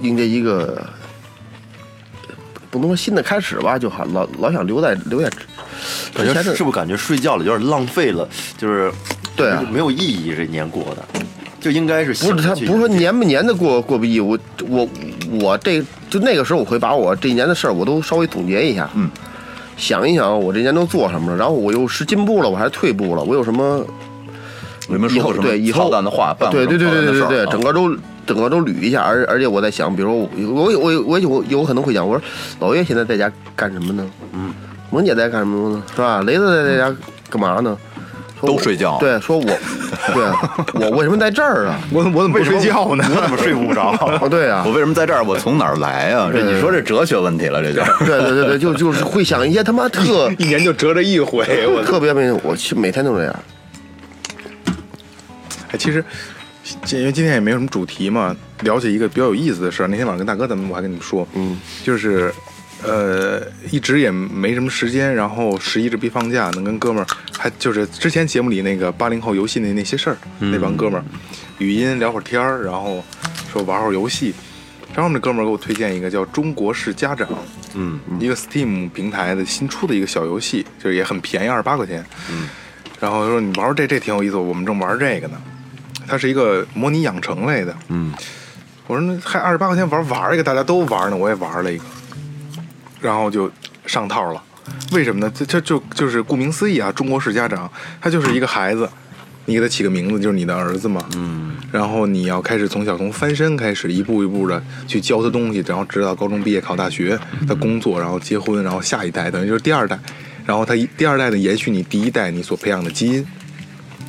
[SPEAKER 6] 迎接一个不能说新的开始吧，就好老老想留在留在
[SPEAKER 4] 感觉
[SPEAKER 6] 前阵
[SPEAKER 4] 是不是感觉睡觉了有点浪费了，就是
[SPEAKER 6] 对啊
[SPEAKER 4] 没有意义这年过的，就应该是
[SPEAKER 6] 不是他，
[SPEAKER 4] 去
[SPEAKER 6] 不是说年不年的过过不易，我我我这就那个时候，我会把我这一年的事儿，我都稍微总结一下，嗯，想一想我这一年都做什么了，然后我又是进步了，我还是退步了，我有什么
[SPEAKER 3] 有没有
[SPEAKER 6] 以
[SPEAKER 3] 说
[SPEAKER 6] 后
[SPEAKER 3] 过什么
[SPEAKER 6] 对以
[SPEAKER 3] 操
[SPEAKER 6] 后
[SPEAKER 3] 蛋的话？办过
[SPEAKER 6] 对对
[SPEAKER 3] 什
[SPEAKER 6] 对
[SPEAKER 3] 么操
[SPEAKER 6] 对
[SPEAKER 3] 蛋
[SPEAKER 6] 对
[SPEAKER 3] 的
[SPEAKER 6] 对
[SPEAKER 3] 事儿
[SPEAKER 6] 对，
[SPEAKER 3] 啊
[SPEAKER 6] 整个 *laughs* 都整个都捋一下，而而且我在想，比如我我我我有我有可能会想，我说老岳现在在家干什么呢？嗯，萌姐在干什么呢？是吧？雷子在家干嘛呢？
[SPEAKER 3] 嗯
[SPEAKER 6] 说我
[SPEAKER 3] 都睡觉
[SPEAKER 6] 对，
[SPEAKER 3] *laughs*
[SPEAKER 6] 说我，对，我为什么在这儿啊？
[SPEAKER 5] 我我怎么不睡觉呢？
[SPEAKER 3] 我怎么睡不着？
[SPEAKER 6] 哦，对啊
[SPEAKER 3] 我，为什么在这儿？我从哪儿来啊？这你说这哲学问题了，这就
[SPEAKER 6] 对对对对，就就是会想一些他妈
[SPEAKER 3] *laughs*
[SPEAKER 6] 特
[SPEAKER 5] 一年就折这一回，我
[SPEAKER 6] 特别没，我去每天都这样。
[SPEAKER 5] 哎，其实这因为今天也没有什么主题嘛，聊起一个比较有意思的事儿。那天晚上跟大哥咱们我还跟你们说，嗯，就是呃一直也没什么时间，然后十一这逼放假，能跟哥们儿还就是之前节目里那个八零后游戏那那些事儿，那帮哥们儿语音聊会儿天儿，然后说玩会儿游戏。然后我们这哥们儿给我推荐一个叫《中国式家长》，嗯，一个 Steam 平台的新出的一个小游戏，就是也很便宜，二十八块钱。嗯，然后说你玩玩这这挺有意思，我们正玩这个呢。它是一个模拟养成类的。嗯，我说那还二十八块钱玩玩一个，大家都玩呢，我也玩了一个，然后就上套了。为什么呢？这这就就是顾名思义啊，中国式家长，他就是一个孩子，你给他起个名字就是你的儿子嘛。嗯，然后你要开始从小从翻身开始，一步一步的去教他东西，然后直到高中毕业考大学，他工作，然后结婚，然后下一代等于就是第二代，然后他一第二代呢延续你第一代你所培养的基因。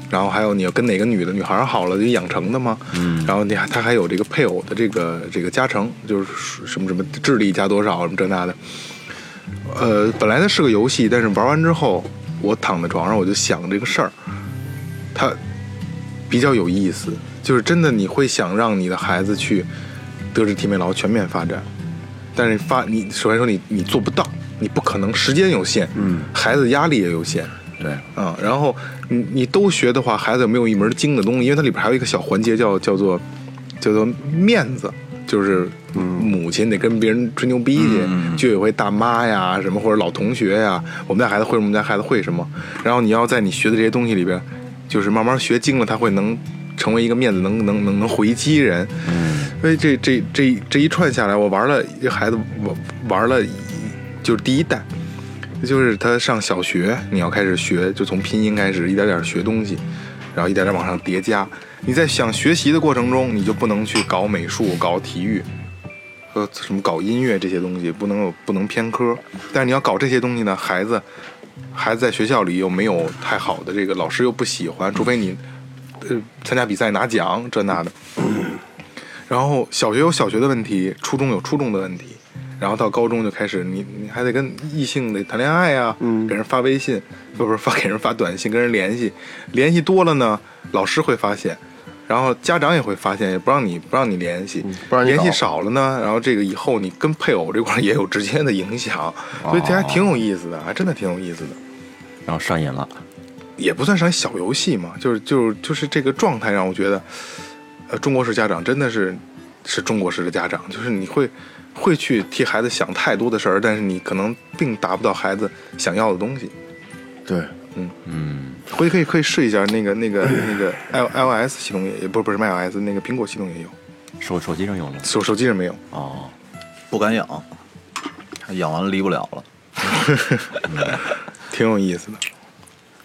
[SPEAKER 5] 然后还有你要跟哪个女的女孩儿好了就养成的嘛，嗯，然后你还他还有这个配偶的这个这个加成，就是什么什么智力加多少什么这那的，呃，本来它是个游戏，但是玩完之后，我躺在床上我就想这个事儿，它比较有意思，就是真的你会想让你的孩子去德智体美劳全面发展，但是发你首先说你你做不到，你不可能，时间有限，嗯，孩子压力也有限，
[SPEAKER 3] 对，
[SPEAKER 5] 啊、然后你你都学的话，孩子有没有一门精的东西？因为它里边还有一个小环节叫叫做叫做面子，就是母亲得跟别人吹牛逼去，居委会大妈呀什么或者老同学呀，我们家孩子会什么，我们家孩子会什么。然后你要在你学的这些东西里边，就是慢慢学精了，他会能成为一个面子，能能能能回击人。所以这这这这一串下来，我玩了这孩子玩玩了一，就是第一代。就是他上小学，你要开始学，就从拼音开始，一点点学东西，然后一点点往上叠加。你在想学习的过程中，你就不能去搞美术、搞体育，呃，什么搞音乐这些东西，不能有不能偏科。但是你要搞这些东西呢，孩子，孩子在学校里又没有太好的这个，老师又不喜欢，除非你，呃，参加比赛拿奖这那的。 *clears throat* 然后小学有小学的问题，初中有初中的问题，然后到高中就开始你你还得跟异性得谈恋爱呀、
[SPEAKER 6] 嗯
[SPEAKER 5] 给人发微信，不不是发给人发短信，跟人联系，联系多了呢，老师会发现，然后家长也会发现，也不让你不让你联系，
[SPEAKER 6] 嗯不让你
[SPEAKER 5] 联系
[SPEAKER 6] 搞
[SPEAKER 5] 少了呢，然后这个以后你跟配偶这块儿也有直接的影响，
[SPEAKER 6] 哦
[SPEAKER 5] 所以这还挺有意思的，还真的挺有意思的。
[SPEAKER 4] 然后哦上瘾了。
[SPEAKER 5] 也不算是小游戏嘛，就是就是就是这个状态让我觉得，呃，中国式家长真的是是中国式的家长，就是你会会去替孩子想太多的事儿，但是你可能并达不到孩子想要的东西。
[SPEAKER 6] 对，
[SPEAKER 5] 回去可以可以试一下那个那个那个 i iOS 系统也也不是不是 iOS 那个苹果系统也有，
[SPEAKER 4] 手手机上有吗？
[SPEAKER 5] 手手机上没有。
[SPEAKER 4] 哦，
[SPEAKER 3] 不敢养，养完了离不了了。
[SPEAKER 5] 挺有意思的，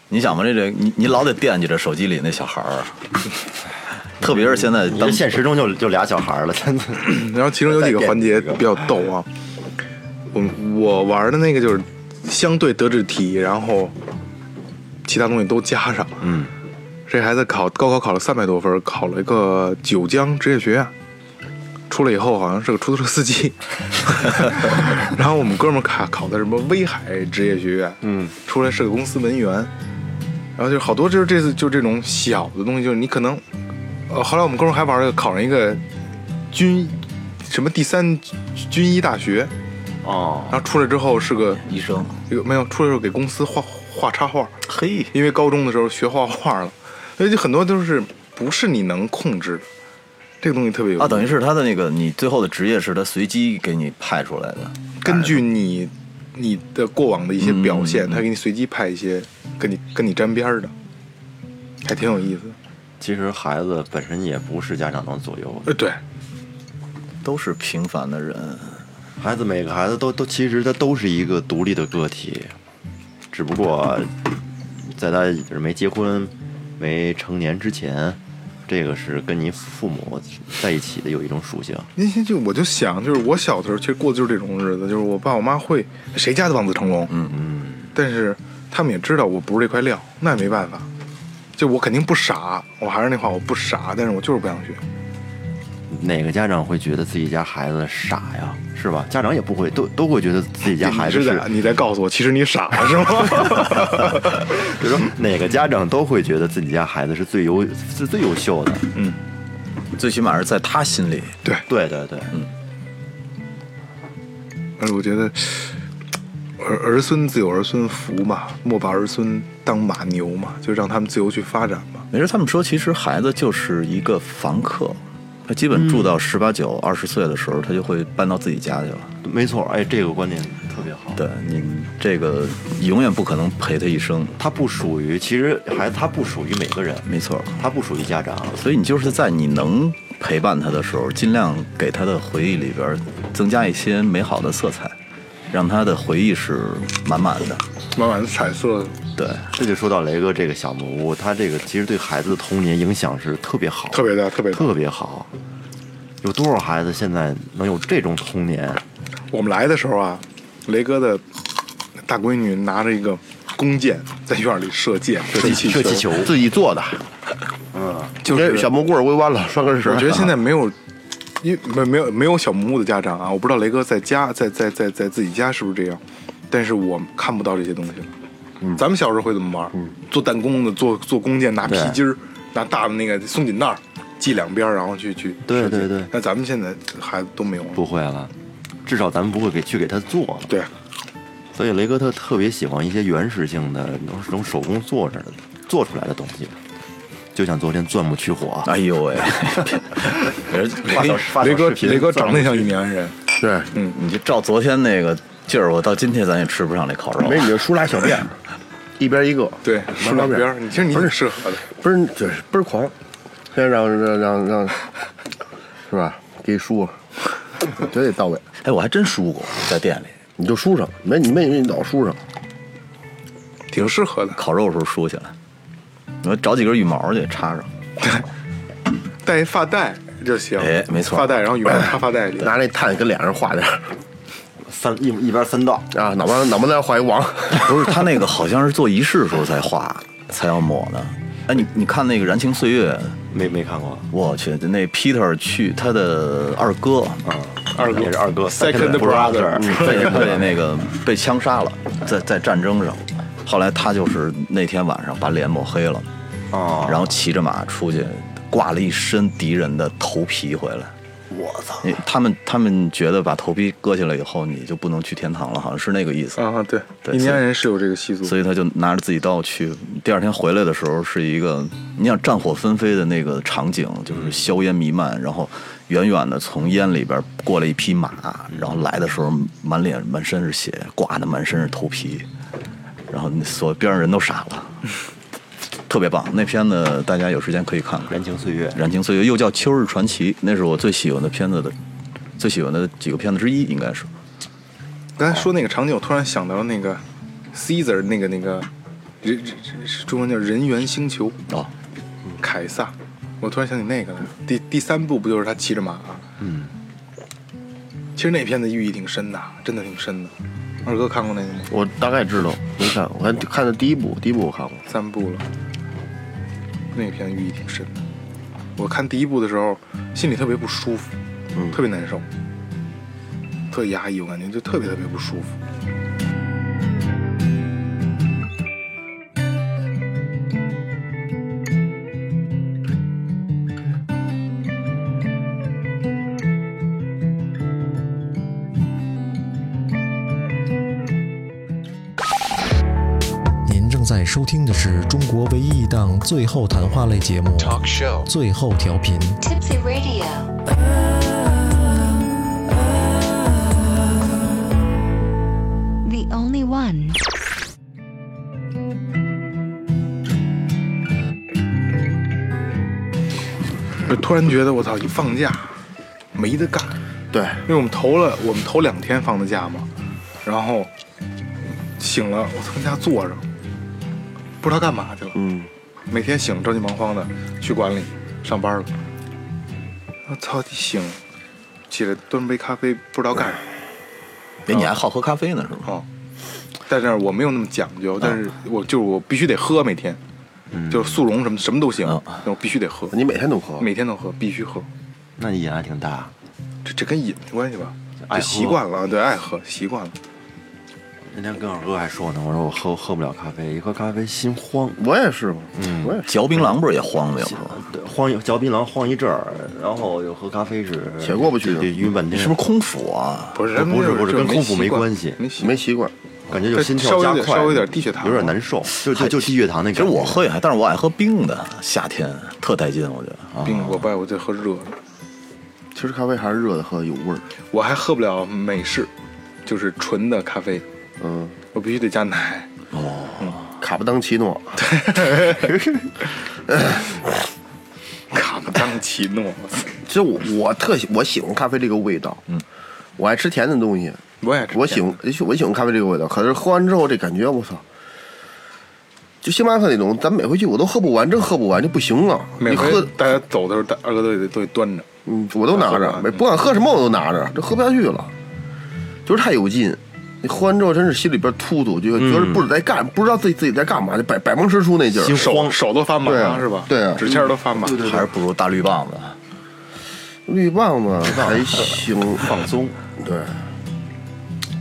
[SPEAKER 3] 你想吧，这这你你老得惦记着手机里那小孩儿，啊
[SPEAKER 4] *laughs*
[SPEAKER 3] 特别是现在
[SPEAKER 4] 你
[SPEAKER 3] 咱
[SPEAKER 4] 这
[SPEAKER 3] 们
[SPEAKER 4] 现实中就就俩小孩儿了，真的。
[SPEAKER 5] 然后其中有几个环节比较逗啊，我我玩的那个就是相对德智体，然后其他东西都加上，
[SPEAKER 4] 嗯，
[SPEAKER 5] 这孩子考高考考了三百多分，考了一个九江职业学院，出来以后好像是个出租车司 *laughs* 机。然后我们哥们儿考考的什么威海职业学院，嗯，出来是个公司文员。然后就是好多就是这次就这种小的东西，就是你可能，呃，后来我们哥们儿还玩了个考上一个军什么第三军医大学，
[SPEAKER 4] *laughs* 哦，
[SPEAKER 5] 然后出来之后是个
[SPEAKER 3] 医生，
[SPEAKER 5] 这个没有出来之后给公司画画插画。
[SPEAKER 3] 嘿，
[SPEAKER 5] 因为高中的时候学画画了，所以就很多都是不是你能控制的，这个东西特别有
[SPEAKER 3] 啊，等于
[SPEAKER 5] 是
[SPEAKER 3] 是他的那个你最后的职业是他随机给你派出来的，
[SPEAKER 5] 根据你你的过往的一些表现，他给你随机派一些跟你跟你沾边儿的，还挺有意思的。
[SPEAKER 4] 其实孩子本身也不是家长能左右的，
[SPEAKER 5] 呃，对，
[SPEAKER 3] 都是平凡的人，
[SPEAKER 4] 孩子每个孩子都都其实他都是一个独立的个体，只不过在他没结婚、没成年之前，这个是跟你父母在一起的有一种属性。
[SPEAKER 5] 那些就我就想，就是我小的时候其实过的就是这种日子，就是我爸我妈会谁家的望子成龙，嗯嗯，但是他们也知道我不是这块料，那也没办法。就我肯定不傻，我还是那话，我不傻，但是我就是不想学。
[SPEAKER 4] 哪个家长会觉得自己家孩子傻呀？是吧？家长也不会，都都会觉得自己家孩子
[SPEAKER 5] 你
[SPEAKER 4] 是
[SPEAKER 5] 是在你在告诉我，其实你
[SPEAKER 4] *laughs*
[SPEAKER 5] 傻是吗？
[SPEAKER 4] 就是说 *laughs* 哪个家长都会觉得自己家孩子是最优是最优秀的。
[SPEAKER 3] 最起码是在他心里，
[SPEAKER 5] 对，
[SPEAKER 4] 对对对，嗯，
[SPEAKER 5] 但是我觉得儿儿孙自有儿孙福嘛，莫把儿孙当马牛嘛，就让他们自由去发展嘛。
[SPEAKER 3] 没事，他们说，其实孩子就是一个房客，他基本住到十八九、二十岁的时候，他就会搬到自己家去了。
[SPEAKER 4] 没错，哎，这个观点特别好。
[SPEAKER 3] 对你这个永远不可能陪他一生，
[SPEAKER 4] 他不属于，其实孩子他不属于每个人，
[SPEAKER 3] 没错。
[SPEAKER 4] 他不属于家长。
[SPEAKER 3] 所以你就是在你能陪伴他的时候，尽量给他的回忆里边增加一些美好的色彩，让他的回忆是满满的。
[SPEAKER 5] 满满的彩色，
[SPEAKER 3] 对，
[SPEAKER 4] 这就说到雷哥这个小木屋，他这个其实对孩子的童年影响是特别好，
[SPEAKER 5] 特别大，特别大。
[SPEAKER 4] 特别好。有多少孩子现在能有这种童年？
[SPEAKER 5] 我们来的时候啊，雷哥的大闺女拿着一个弓箭，在院里射箭，射
[SPEAKER 4] 射
[SPEAKER 5] 气
[SPEAKER 4] 射气球，
[SPEAKER 6] 自己做的，
[SPEAKER 5] 就是
[SPEAKER 6] 这小木棍儿微弯了，拴根绳。
[SPEAKER 5] 我觉得现在没有，因为没没有没有小木屋的家长啊，我不知道雷哥在家在在在在自己家是不是这样，但是我看不到这些东西了。
[SPEAKER 4] 嗯
[SPEAKER 5] 咱们小时候会怎么玩？做弹弓的，做做弓箭，拿皮筋儿，拿大的那个松紧带儿系两边儿，然后去去。
[SPEAKER 4] 对
[SPEAKER 5] 射箭
[SPEAKER 4] 对对
[SPEAKER 5] 那咱们现在孩子都没有了。
[SPEAKER 4] 不会了，至少咱们不会给去给他做了。
[SPEAKER 5] 对，
[SPEAKER 4] 所以雷哥他特别喜欢一些原始性的，能能手工做着的做出来的东西，就像昨天钻木取火，啊
[SPEAKER 3] 哎呦喂，别
[SPEAKER 4] 发小发小
[SPEAKER 5] 雷哥
[SPEAKER 4] 视频
[SPEAKER 5] 雷哥
[SPEAKER 4] 钻
[SPEAKER 5] 长
[SPEAKER 4] 木
[SPEAKER 5] 得像印第安人，
[SPEAKER 6] 对，
[SPEAKER 3] 你就照昨天那个劲儿，我到今天咱也吃不上那烤肉。
[SPEAKER 6] 没你就梳俩小辫，一边一个，
[SPEAKER 5] 对，往
[SPEAKER 6] 梳两
[SPEAKER 5] 两边
[SPEAKER 6] 辫
[SPEAKER 5] 儿。你其实你
[SPEAKER 6] 不
[SPEAKER 5] 挺
[SPEAKER 6] 是
[SPEAKER 5] 适合的。
[SPEAKER 6] 不是，就是倍儿狂，现在让让让让，是吧？给梳，绝对到位，
[SPEAKER 3] 哎，我还真输过，在店里
[SPEAKER 6] 你就梳上，没你没你老梳上，
[SPEAKER 5] 挺适合的，
[SPEAKER 3] 烤肉的时候输起来，我找几根羽毛去插上。
[SPEAKER 5] 带一发带就行。
[SPEAKER 3] 哎没错
[SPEAKER 5] 发带，然后羽毛插发带里。
[SPEAKER 6] 拿那炭跟脸上画点儿
[SPEAKER 4] 啊三一一边三道，
[SPEAKER 6] 啊，脑门脑门袋画一王，
[SPEAKER 3] *laughs* 不是，他那个好像是做仪式的时候才画，才要抹的。哎，你你看那个《燃情岁月》，
[SPEAKER 4] 没没看过。
[SPEAKER 3] 我去，那 Peter 去他的二哥，
[SPEAKER 4] 啊，
[SPEAKER 5] 二哥
[SPEAKER 4] 也是二哥
[SPEAKER 5] Second brother
[SPEAKER 3] 嗯被被那个被枪杀了，在在战争上。后来他就是那天晚上把脸抹黑了，
[SPEAKER 4] 啊，
[SPEAKER 3] 然后骑着马出去，挂了一身敌人的头皮回来。
[SPEAKER 4] 我操，
[SPEAKER 3] 因为他们他们觉得把头皮割下来以后，你就不能去天堂了，好像是那个意思。
[SPEAKER 5] 啊，对，
[SPEAKER 3] 嗯对
[SPEAKER 5] 印第
[SPEAKER 3] 所以
[SPEAKER 5] 安人是有这个习俗。
[SPEAKER 3] 所以他就拿着自己刀去。第二天回来的时候，是一个你想战火纷飞的那个场景，就是硝烟弥漫，然后远远的从烟里边过来一匹马，然后来的时候满脸满身是血，刮的满身是头皮，然后那所有边上人都傻了， *laughs* 特别棒。那片子大家有时间可以看看，
[SPEAKER 4] 燃情岁月
[SPEAKER 3] 《燃情岁月》又叫《秋日传奇》，那是我最喜欢的片子的，最喜欢的几个片子之一，应该是。
[SPEAKER 5] 刚才说那个场景，我突然想到那个 Caesar 那个那个人人人中文叫人猿星球
[SPEAKER 3] 哦，
[SPEAKER 5] 凯撒，我突然想起那个来了。第第三部不就是他骑着马？嗯，其实那片子寓意挺深的，真的挺深的。二哥看过那个吗？
[SPEAKER 6] 我大概知道，没看，我看看的第一部，第一部我看过，
[SPEAKER 5] 三部了，那个片子寓意挺深的。我看第一部的时候，心里特别不舒服，嗯，特别难受，特压抑，我感觉就特别特别不舒服。
[SPEAKER 7] 您正在收听的是中国唯一一档最后谈话类节目《
[SPEAKER 8] Talk Show.
[SPEAKER 7] 最后调频》。
[SPEAKER 9] Tipsy Radio. The only one.
[SPEAKER 5] 就突然觉得我操，一放假没得干，
[SPEAKER 6] 对，
[SPEAKER 5] 因为我们头了，我们头两天放的假嘛，然后醒了，我从家坐着，不知道干嘛去了。嗯，每天醒着急忙慌的去馆里上班了。我操，一醒起来端杯咖啡，不知道干什么。
[SPEAKER 3] 哎，你还好喝咖啡呢，是吗？
[SPEAKER 5] 哦，在那儿我没有那么讲究，但是我就是我必须得喝每天，就是速溶什么什么都行，但我必须得喝，
[SPEAKER 6] 你每天都喝，
[SPEAKER 5] 每天都喝，必须喝。
[SPEAKER 4] 那你瘾还挺大。
[SPEAKER 5] 这这跟瘾没关系吧？
[SPEAKER 4] 爱
[SPEAKER 5] 就
[SPEAKER 4] 喝
[SPEAKER 5] 习惯了，对，爱喝习惯了。
[SPEAKER 4] 那天跟我哥还说呢，我说我喝喝不了咖啡，一喝咖啡心慌，
[SPEAKER 6] 我也是嘛，我也是。
[SPEAKER 3] 嚼槟榔不是也慌吗？有时候
[SPEAKER 4] 对，慌一嚼槟榔慌一阵儿，然后又喝咖
[SPEAKER 5] *laughs*
[SPEAKER 4] 啡是
[SPEAKER 6] 且过不去
[SPEAKER 4] 得得晕半天，
[SPEAKER 3] 是不是空腹啊？
[SPEAKER 5] 不是
[SPEAKER 4] 不是不是
[SPEAKER 5] 就
[SPEAKER 4] 跟空腹
[SPEAKER 5] 习
[SPEAKER 4] 没
[SPEAKER 5] 惯
[SPEAKER 4] 关系
[SPEAKER 5] 没习
[SPEAKER 6] 没习惯，
[SPEAKER 4] 感觉就
[SPEAKER 5] 它
[SPEAKER 4] 心
[SPEAKER 5] 稍
[SPEAKER 4] 跳
[SPEAKER 5] 微
[SPEAKER 4] 加
[SPEAKER 5] 有点
[SPEAKER 4] 快，
[SPEAKER 5] 稍微有点低血糖
[SPEAKER 4] 有点
[SPEAKER 5] 了
[SPEAKER 4] 难受，就就就低血糖那感嗯
[SPEAKER 3] 其
[SPEAKER 4] 觉。
[SPEAKER 3] 实我喝也还，但是我爱喝冰的，夏天特带劲，我觉得啊。
[SPEAKER 5] 病，我不爱，我就喝热的。
[SPEAKER 6] 其实咖啡还是热的喝有味儿。
[SPEAKER 5] 我还喝不了美式，就是纯的咖啡，
[SPEAKER 6] 嗯，
[SPEAKER 5] 我必须得加奶。 *laughs*
[SPEAKER 6] 卡布当奇诺，
[SPEAKER 5] 卡布当奇诺，
[SPEAKER 6] 其实我我特喜我喜欢咖啡这个味道，嗯，我爱吃甜的东西，
[SPEAKER 5] 我也吃
[SPEAKER 6] 我喜欢我喜欢咖啡这个味道，可是喝完之后这感觉我操，就星巴克那种，咱每回去我都喝不完，真喝不完就不行了，
[SPEAKER 5] 每
[SPEAKER 6] 一
[SPEAKER 5] 回
[SPEAKER 6] 喝
[SPEAKER 5] 大家走的时候，大二哥都得都得端着。
[SPEAKER 6] 嗯，我都拿
[SPEAKER 5] 喝
[SPEAKER 6] 着，
[SPEAKER 5] 完
[SPEAKER 6] 每不管喝什么我都拿着，这喝不下去了，就是太有劲。你喝完之后真是心里边突突，就觉得不知道在干，不知道自己自己在干嘛，就百百忙之中那劲儿。
[SPEAKER 5] 手手都发麻
[SPEAKER 6] 对啊
[SPEAKER 5] 是吧？
[SPEAKER 6] 对啊
[SPEAKER 5] 指尖儿都发麻。
[SPEAKER 3] 还是不如大绿棒子。
[SPEAKER 6] 绿棒子还行，
[SPEAKER 4] 放松，
[SPEAKER 6] 对，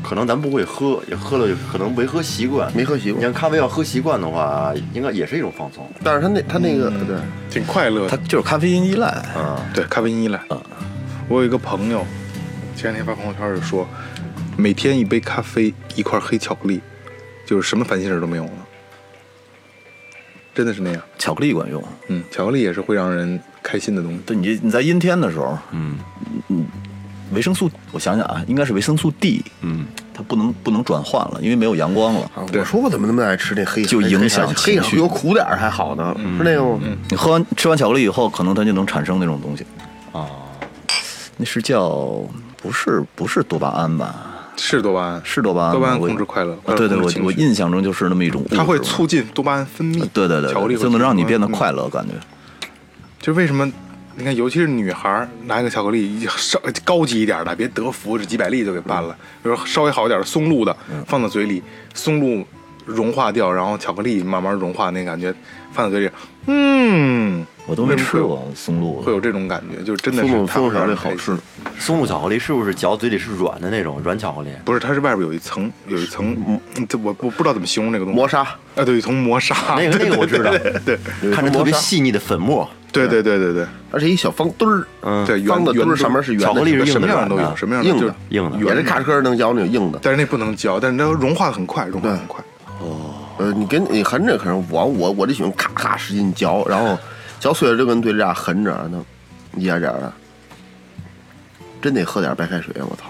[SPEAKER 4] 可能咱不会喝，也喝了可能没喝习惯，
[SPEAKER 6] 没喝习
[SPEAKER 4] 你
[SPEAKER 6] 惯。
[SPEAKER 4] 像咖啡要喝习惯的话，应该也是一种放松。
[SPEAKER 6] 但是他那他那个对，啊
[SPEAKER 5] 挺快乐
[SPEAKER 3] 它
[SPEAKER 5] 的。
[SPEAKER 3] 就是咖啡因依赖，
[SPEAKER 5] 对，咖啡因依赖。
[SPEAKER 3] 嗯
[SPEAKER 5] 我有一个朋友，前两天发朋友圈就说，每天一杯咖啡，一块黑巧克力，就是什么烦心事儿都没有了。真的是那样。
[SPEAKER 3] 巧克力管用。
[SPEAKER 5] 嗯，巧克力也是会让人开心的东西。
[SPEAKER 3] 对你你在阴天的时候，嗯嗯，维生素我想想啊，应该是维生素 D，嗯，它不能不能转换了，因为没有阳光了。
[SPEAKER 6] 啊
[SPEAKER 5] 对
[SPEAKER 6] 我说我怎么那么爱吃那黑，
[SPEAKER 3] 就影响
[SPEAKER 6] 黑
[SPEAKER 3] 情绪
[SPEAKER 6] 有苦点儿还好呢，是那个吗？
[SPEAKER 3] 你喝完吃完巧克力以后，可能它就能产生那种东西。啊，那是叫不是不是多巴胺吧？
[SPEAKER 5] 是多巴胺，
[SPEAKER 3] 是多巴胺吗，
[SPEAKER 5] 多巴胺
[SPEAKER 3] 我
[SPEAKER 5] 控制快乐，
[SPEAKER 3] 啊对
[SPEAKER 5] 快
[SPEAKER 3] 对，我
[SPEAKER 5] 乐控制情绪
[SPEAKER 3] 我印象中就是那么一种物质嘛，
[SPEAKER 5] 它会促进多巴胺分泌
[SPEAKER 3] 啊。对对对
[SPEAKER 5] 巧克力
[SPEAKER 3] 对，
[SPEAKER 5] 会
[SPEAKER 3] 就能让你变得
[SPEAKER 5] 促进多巴胺嗯
[SPEAKER 3] 快乐，感觉。
[SPEAKER 5] 分泌。就是为什么？你看，尤其是女孩儿拿一个巧克力，稍高级一点的，别德芙这几百粒就给办了。比如说稍微好一点的松露的，放到嘴里，松露融化掉，然后巧克力慢慢融化，那感觉放到嘴里，嗯，
[SPEAKER 3] 我都没吃过松露，
[SPEAKER 5] 会有这种感觉，就真的
[SPEAKER 6] 松
[SPEAKER 5] 是
[SPEAKER 6] 露
[SPEAKER 5] 它
[SPEAKER 6] 松露
[SPEAKER 5] 会
[SPEAKER 6] 巧
[SPEAKER 5] 让
[SPEAKER 6] 克力
[SPEAKER 5] 人
[SPEAKER 6] 好
[SPEAKER 5] 开
[SPEAKER 6] 吃
[SPEAKER 5] 心。，
[SPEAKER 4] 松露巧克力是不是嚼嘴里是软的那种软巧克力？
[SPEAKER 5] 不是，它是外边有一层，有一层，嗯这我我不知道怎么形容这个东西。
[SPEAKER 6] 磨砂
[SPEAKER 5] 啊，对，有一层磨砂。
[SPEAKER 4] 那个那个我知道，
[SPEAKER 5] 对
[SPEAKER 4] 看着特别细腻的粉末，
[SPEAKER 5] *laughs* 对对对对对，
[SPEAKER 6] 而且一小方墩儿，
[SPEAKER 4] 嗯
[SPEAKER 5] 对圆
[SPEAKER 6] 方的墩儿
[SPEAKER 5] 圆
[SPEAKER 6] 上面是圆的，
[SPEAKER 4] 巧克力是硬的
[SPEAKER 5] 什么样的都
[SPEAKER 4] 软
[SPEAKER 5] 有，
[SPEAKER 4] 的
[SPEAKER 5] 什么样
[SPEAKER 6] 硬
[SPEAKER 5] 就是
[SPEAKER 6] 的
[SPEAKER 4] 硬的
[SPEAKER 6] 也
[SPEAKER 5] 圆
[SPEAKER 6] 是咔哧能嚼那种硬的。
[SPEAKER 5] 但是那不能嚼，但是它融化的很快，融化得很快。
[SPEAKER 6] 呃，你跟你横着可能我我我就喜欢咔咔使劲嚼，然后嚼碎了就跟对着俩横着那一点点的，真得喝点白开水，啊我操！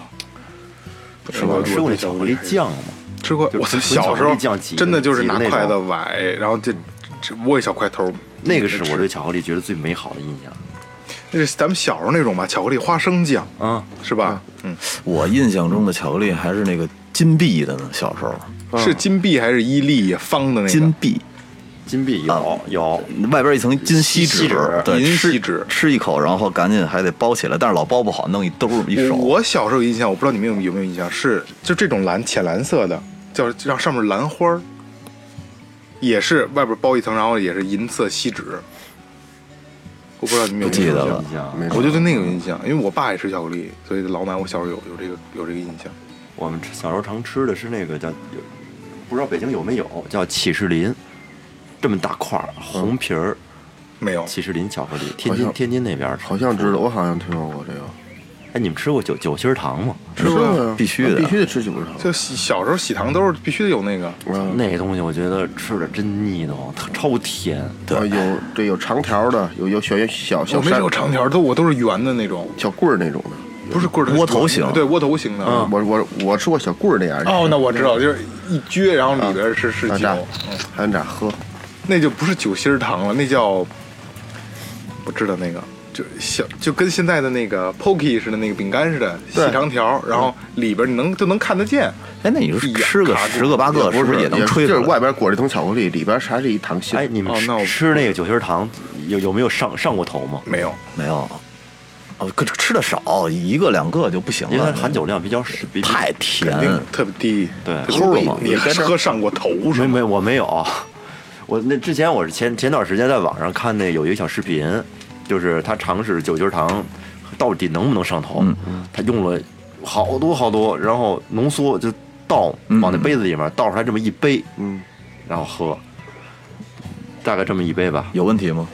[SPEAKER 4] 是吧？吃过那巧克力酱吗？
[SPEAKER 5] 吃过，
[SPEAKER 4] 就
[SPEAKER 5] 我
[SPEAKER 4] 纯
[SPEAKER 5] 操，小时
[SPEAKER 4] 巧克
[SPEAKER 5] 候
[SPEAKER 4] 力酱挤的
[SPEAKER 5] 真的就是拿
[SPEAKER 4] 挤的那
[SPEAKER 5] 筷子
[SPEAKER 4] 种
[SPEAKER 5] 崴，然后就这握一小块头。
[SPEAKER 4] 那个是我对巧克力觉得最美好的印象
[SPEAKER 5] 那是咱们小时候那种吧，巧克力花生酱
[SPEAKER 4] 啊！
[SPEAKER 5] 是吧？嗯，
[SPEAKER 3] 我印象中的巧克力还是那个金币的呢，小时候
[SPEAKER 4] 嗯
[SPEAKER 5] 是金币还是伊利方的那个？
[SPEAKER 3] 金币。
[SPEAKER 4] 金币有
[SPEAKER 3] 啊
[SPEAKER 4] 哦有，
[SPEAKER 3] 外边一层金锡
[SPEAKER 4] 锡纸
[SPEAKER 3] 对，
[SPEAKER 5] 银
[SPEAKER 3] 吃
[SPEAKER 5] 锡纸
[SPEAKER 3] 吃一口，然后赶紧还得包起来，但是老包不好，弄一兜儿一手。
[SPEAKER 5] 我我小时候有印象，我不知道你们有有没有印象，是就这种蓝浅蓝色的，叫让上面兰花儿，也是外边包一层，然后也是银色锡纸。我不知道你们有
[SPEAKER 3] 不记
[SPEAKER 5] 没有
[SPEAKER 3] 得
[SPEAKER 5] 印
[SPEAKER 3] 了
[SPEAKER 5] 象
[SPEAKER 4] 印，象。
[SPEAKER 6] 没
[SPEAKER 5] 我就对那个有印象，因为我爸也吃巧克力，所以老买我小时候有有这个有这个印象。
[SPEAKER 4] 我们吃小时候常吃的是那个叫，有不知道北京有没有叫起士林，这么大块儿红皮儿
[SPEAKER 5] 没有，
[SPEAKER 4] 起士林巧克力，天
[SPEAKER 6] 好
[SPEAKER 4] 津
[SPEAKER 6] 像
[SPEAKER 4] 天津那边儿吃
[SPEAKER 6] 好像知道，我好像听说过这个，
[SPEAKER 4] 哎，你们吃过九九心儿糖吗？
[SPEAKER 5] 吃过呀
[SPEAKER 6] 呀
[SPEAKER 3] 必须的
[SPEAKER 6] 必须得吃九层
[SPEAKER 5] 就喜小时候喜糖都是必须得有那个，
[SPEAKER 6] 嗯，
[SPEAKER 4] 那东西我觉得吃着真腻得慌，它超甜。
[SPEAKER 6] 啊有对有长条的，有有小小
[SPEAKER 5] 我
[SPEAKER 6] 小
[SPEAKER 5] 没
[SPEAKER 6] 山
[SPEAKER 5] 有长条，都我都是圆的那种，
[SPEAKER 6] 小棍儿那种的。
[SPEAKER 5] 不是棍儿的
[SPEAKER 3] 窝头嗯形
[SPEAKER 5] 对窝头形的。
[SPEAKER 6] 我我我吃过小棍儿那样的，
[SPEAKER 5] 嗯哦，那我知道，就是一撅，然后里边
[SPEAKER 3] 嗯
[SPEAKER 5] 是是
[SPEAKER 6] 还
[SPEAKER 5] 酒
[SPEAKER 6] 咋，还咋喝？
[SPEAKER 5] 那就不是酒心儿糖了，那叫我知道那个，就小就跟现在的那个 Pocky 似的那个饼干似的，细长条，然后里边你能就能看得见。
[SPEAKER 3] 哎，那你说
[SPEAKER 5] 一眼
[SPEAKER 3] 吃个
[SPEAKER 5] 卡住
[SPEAKER 3] 十个八个，是不是也能吹出
[SPEAKER 6] 就是
[SPEAKER 3] 来？
[SPEAKER 6] 外边裹着一层巧克力，里边还是一糖心。
[SPEAKER 4] 哎，你们
[SPEAKER 5] 哦
[SPEAKER 4] 吃,、
[SPEAKER 5] 那我
[SPEAKER 4] 吃那个九心儿糖有有没有上上过头吗？
[SPEAKER 5] 没有，
[SPEAKER 3] 没有，哦，可吃的少，一个两个就不行
[SPEAKER 4] 因为它
[SPEAKER 3] 了，
[SPEAKER 4] 含酒量比较少，比比
[SPEAKER 3] 太
[SPEAKER 5] 肯定
[SPEAKER 3] 甜。
[SPEAKER 5] 特别低。
[SPEAKER 4] 对
[SPEAKER 5] 齁
[SPEAKER 4] 齁
[SPEAKER 5] 你
[SPEAKER 4] 嘛
[SPEAKER 5] 你还是喝上过头是
[SPEAKER 4] 没
[SPEAKER 5] 吗？
[SPEAKER 4] 没，我没有。我那之前我是前前段时间在网上看那有一个小视频，就是他尝试九节糖到底能不能上头，他用了好多好多，然后浓缩就倒往那杯子里面倒出来这么一杯，嗯，然后喝，大概这么一杯吧，
[SPEAKER 3] 有问题吗？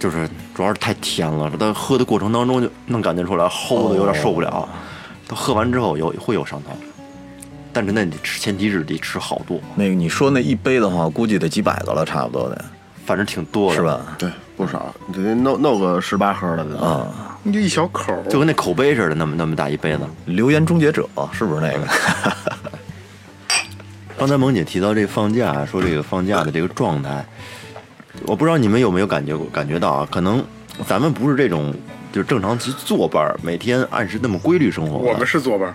[SPEAKER 4] 就是主要是太甜了，他喝的过程当中就能感觉出来，齁的有点受不了。他喝完之后有会有上头，但是那得吃前提是得吃好多，
[SPEAKER 3] 那个你说那一杯的话，估计得几百个了，差不多得，
[SPEAKER 4] 反正挺多的，
[SPEAKER 3] 是？吧？
[SPEAKER 6] 对，不少，你得弄弄个十八盒的啊。
[SPEAKER 3] 啊，
[SPEAKER 5] 你就一小口儿，
[SPEAKER 4] 就跟那口杯似的，那么那么大一杯子。
[SPEAKER 3] 留言终结者是不是那个？
[SPEAKER 4] 刚才萌姐提到这个放假，说这个放假的这个状态，我不知道你们有没有感觉过，感觉到啊，可能咱们不是这种就是正常去坐班儿，每天按时那么规律生活的。
[SPEAKER 5] 我们是坐班儿，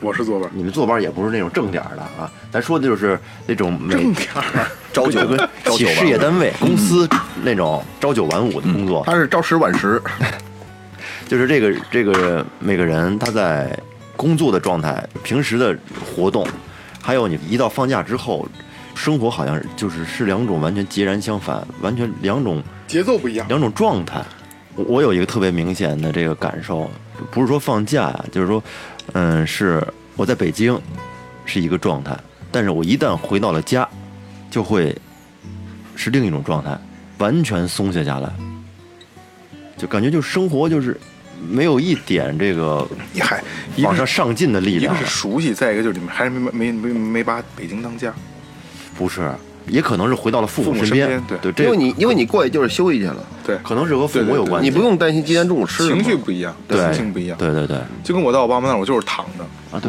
[SPEAKER 5] 我是坐班儿。
[SPEAKER 4] 你们坐班儿也不是那种正点儿的啊，咱说的就是那种每
[SPEAKER 5] 正点
[SPEAKER 4] *laughs*
[SPEAKER 5] 儿，
[SPEAKER 4] 朝九跟企事业单位、公司那种朝九晚五的工作，
[SPEAKER 5] 嗯
[SPEAKER 6] 他是朝十晚十，
[SPEAKER 4] 就是这个这个每个人他在工作的状态、平时的活动，还有你一到放假之后，生活好像是就是是两种完全截然相反，完全两种
[SPEAKER 5] 节奏不一样。
[SPEAKER 4] 两种状态。我我有一个特别明显的这个感受，不是说放假呀、就是说，嗯，是我在北京是一个状态，但是我一旦回到了家，就会是另一种状态，完全松懈下来，就感觉就生活就是没有一点这个
[SPEAKER 5] 你还一
[SPEAKER 4] 往
[SPEAKER 5] 个
[SPEAKER 4] 上
[SPEAKER 5] 是
[SPEAKER 4] 上进的力
[SPEAKER 5] 一
[SPEAKER 4] 量
[SPEAKER 5] 个
[SPEAKER 4] 了
[SPEAKER 5] 是。熟悉，再一个就是你们还是没没没没把北京当家。
[SPEAKER 4] 不是，也可能是回到了父
[SPEAKER 5] 父母
[SPEAKER 4] 身
[SPEAKER 5] 身
[SPEAKER 4] 边
[SPEAKER 5] 边。对
[SPEAKER 4] 对，这
[SPEAKER 6] 因为你因为你过去就是休息去了，
[SPEAKER 5] 对，
[SPEAKER 4] 可能是和父母有关系。
[SPEAKER 6] 你不用担心今天中午吃什么
[SPEAKER 5] 情绪不一样，
[SPEAKER 4] 对
[SPEAKER 5] 心情不一样。嗯
[SPEAKER 4] 对对对
[SPEAKER 5] 就跟我到我爸妈那儿，我就是躺着，
[SPEAKER 4] 啊，对，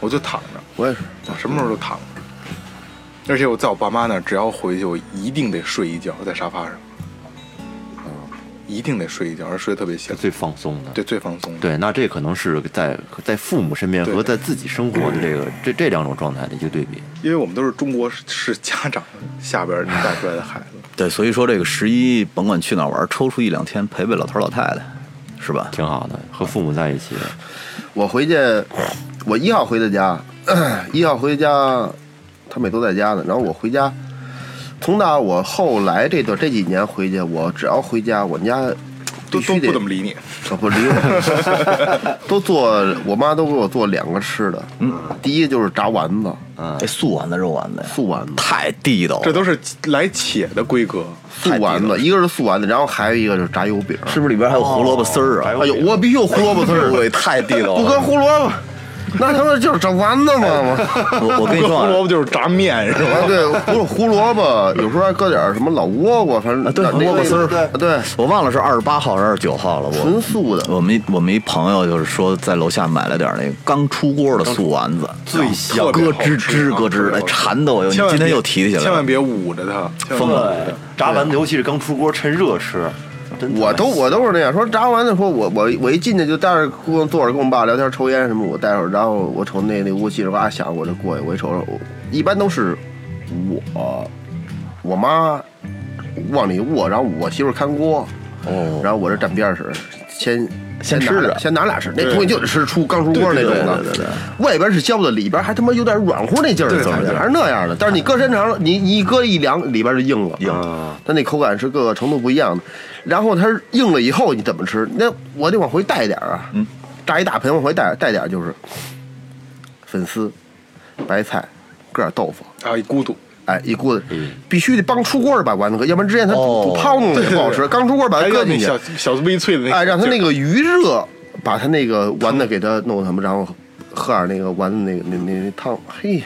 [SPEAKER 5] 我就躺着，
[SPEAKER 6] 我也是，
[SPEAKER 5] 我什么时候都躺着。而且我在我爸妈那儿，只要回去，我一定得睡一觉，在沙发上，一定得睡一觉，而睡得特别
[SPEAKER 4] 是
[SPEAKER 5] 香，
[SPEAKER 4] 最放松的。
[SPEAKER 5] 对，最放松。，
[SPEAKER 4] 对，那这可能是在在父母身边
[SPEAKER 5] 对
[SPEAKER 4] 和在自己生活的这个这这两种状态的一个对比。
[SPEAKER 5] 因为我们都是中国式家长下边带出来的孩子，
[SPEAKER 3] *laughs* 对，所以说这个十一甭管去哪儿玩，抽出一两天陪陪老头儿老太太，是吧？
[SPEAKER 4] 挺好的，和父母在一起，
[SPEAKER 6] 我回去，我一号回的家，一号回家，他们也都在家呢。然后我回家，从打我后来这段这几年回去，我只要回家，我们家
[SPEAKER 5] 都
[SPEAKER 6] 必
[SPEAKER 5] 都
[SPEAKER 6] 须
[SPEAKER 5] 不
[SPEAKER 6] 得
[SPEAKER 5] 怎么理你。
[SPEAKER 6] 可不理我， *laughs* 都做我妈都给我做两个吃的，
[SPEAKER 3] 嗯
[SPEAKER 6] 第一就是炸丸子，
[SPEAKER 3] 这哎素丸子、肉丸子呀，
[SPEAKER 6] 素丸子，
[SPEAKER 3] 太地道了，
[SPEAKER 5] 嗯这都是来且的规格，
[SPEAKER 6] 素丸子，一个是素丸子，然后还有一个就是炸油饼，
[SPEAKER 3] 是不是里边还有
[SPEAKER 5] 哦
[SPEAKER 3] 胡萝卜丝儿啊？
[SPEAKER 6] 哎呦，我必须有胡
[SPEAKER 5] *laughs*
[SPEAKER 6] 萝卜丝
[SPEAKER 5] 哎
[SPEAKER 6] 儿，
[SPEAKER 3] 对，太地道
[SPEAKER 6] 不搁
[SPEAKER 3] 了。
[SPEAKER 6] 胡萝卜，那他妈就是炸丸子嘛。
[SPEAKER 3] *laughs*
[SPEAKER 6] 我
[SPEAKER 3] 我我跟你
[SPEAKER 5] 搁
[SPEAKER 3] 说
[SPEAKER 5] 胡
[SPEAKER 3] 啊，
[SPEAKER 5] 萝卜就是炸面是吧？
[SPEAKER 6] 啊，对，胡胡萝卜有时候还搁点儿什么老倭瓜，反正
[SPEAKER 3] 啊对
[SPEAKER 6] 那
[SPEAKER 3] 胡萝卜丝儿
[SPEAKER 6] 那个对，
[SPEAKER 3] 我忘了是二十八号还是二十九号了。我
[SPEAKER 5] 嗯
[SPEAKER 6] 纯素的
[SPEAKER 3] 我们一我们一朋友就是说在楼下买了点那个刚出锅的素丸子，
[SPEAKER 4] 最
[SPEAKER 5] 特
[SPEAKER 4] 香
[SPEAKER 5] 别
[SPEAKER 3] 咯
[SPEAKER 5] 好
[SPEAKER 3] 吱
[SPEAKER 5] 吃
[SPEAKER 3] 吱咯吱的，哎馋的我又。你
[SPEAKER 5] 千万
[SPEAKER 3] 今天
[SPEAKER 5] 别
[SPEAKER 3] 又提起来
[SPEAKER 5] 千万
[SPEAKER 3] 了，
[SPEAKER 5] 别捂着它，千万别
[SPEAKER 4] 疯了。炸丸子，尤其是刚出锅，趁热吃，真的
[SPEAKER 6] 我都我都是那样说炸丸子，说我我我一进去就待着跟我坐着跟我爸聊天抽烟什么，我待会儿然后我瞅那那屋叽里呱啦响，我就过去，我一瞅瞅，我一般都是我我妈往里卧，然后我媳妇儿看锅，哦，然后我这站边儿使，先。
[SPEAKER 3] 先
[SPEAKER 6] 拿
[SPEAKER 3] 吃
[SPEAKER 6] 俩
[SPEAKER 3] 着
[SPEAKER 6] 先拿俩吃，那东西就得吃出刚出锅那种的，
[SPEAKER 3] 对对对对
[SPEAKER 6] 外边是焦的，里边还他妈有点软乎那劲儿，怎么还是那样的？但是你搁时间长了，你你一搁一凉，里边就硬了，硬
[SPEAKER 4] 啊，
[SPEAKER 6] 它那口感是各个程度不一样的。然后它硬了以后你怎么吃？那我得往回带点儿啊，
[SPEAKER 3] 嗯
[SPEAKER 6] 炸一大盆往回带带点儿就是粉丝、白菜，搁点豆腐，
[SPEAKER 5] 啊，一孤独，
[SPEAKER 6] 哎，一锅子，必须得帮出锅儿把丸子搁，要不然之前它
[SPEAKER 3] 哦
[SPEAKER 6] 不泡弄
[SPEAKER 5] 嗯对
[SPEAKER 6] 的
[SPEAKER 5] 对
[SPEAKER 6] 不好
[SPEAKER 5] 对
[SPEAKER 6] 吃，刚出锅儿把
[SPEAKER 5] 还
[SPEAKER 6] 它
[SPEAKER 5] 有
[SPEAKER 6] 搁
[SPEAKER 5] 那
[SPEAKER 6] 进去
[SPEAKER 5] 小，小微脆的那个劲儿，
[SPEAKER 6] 哎，让它那个余热把它那个丸子给它弄什么，然后喝点儿那个丸子那个那那那汤，嘿。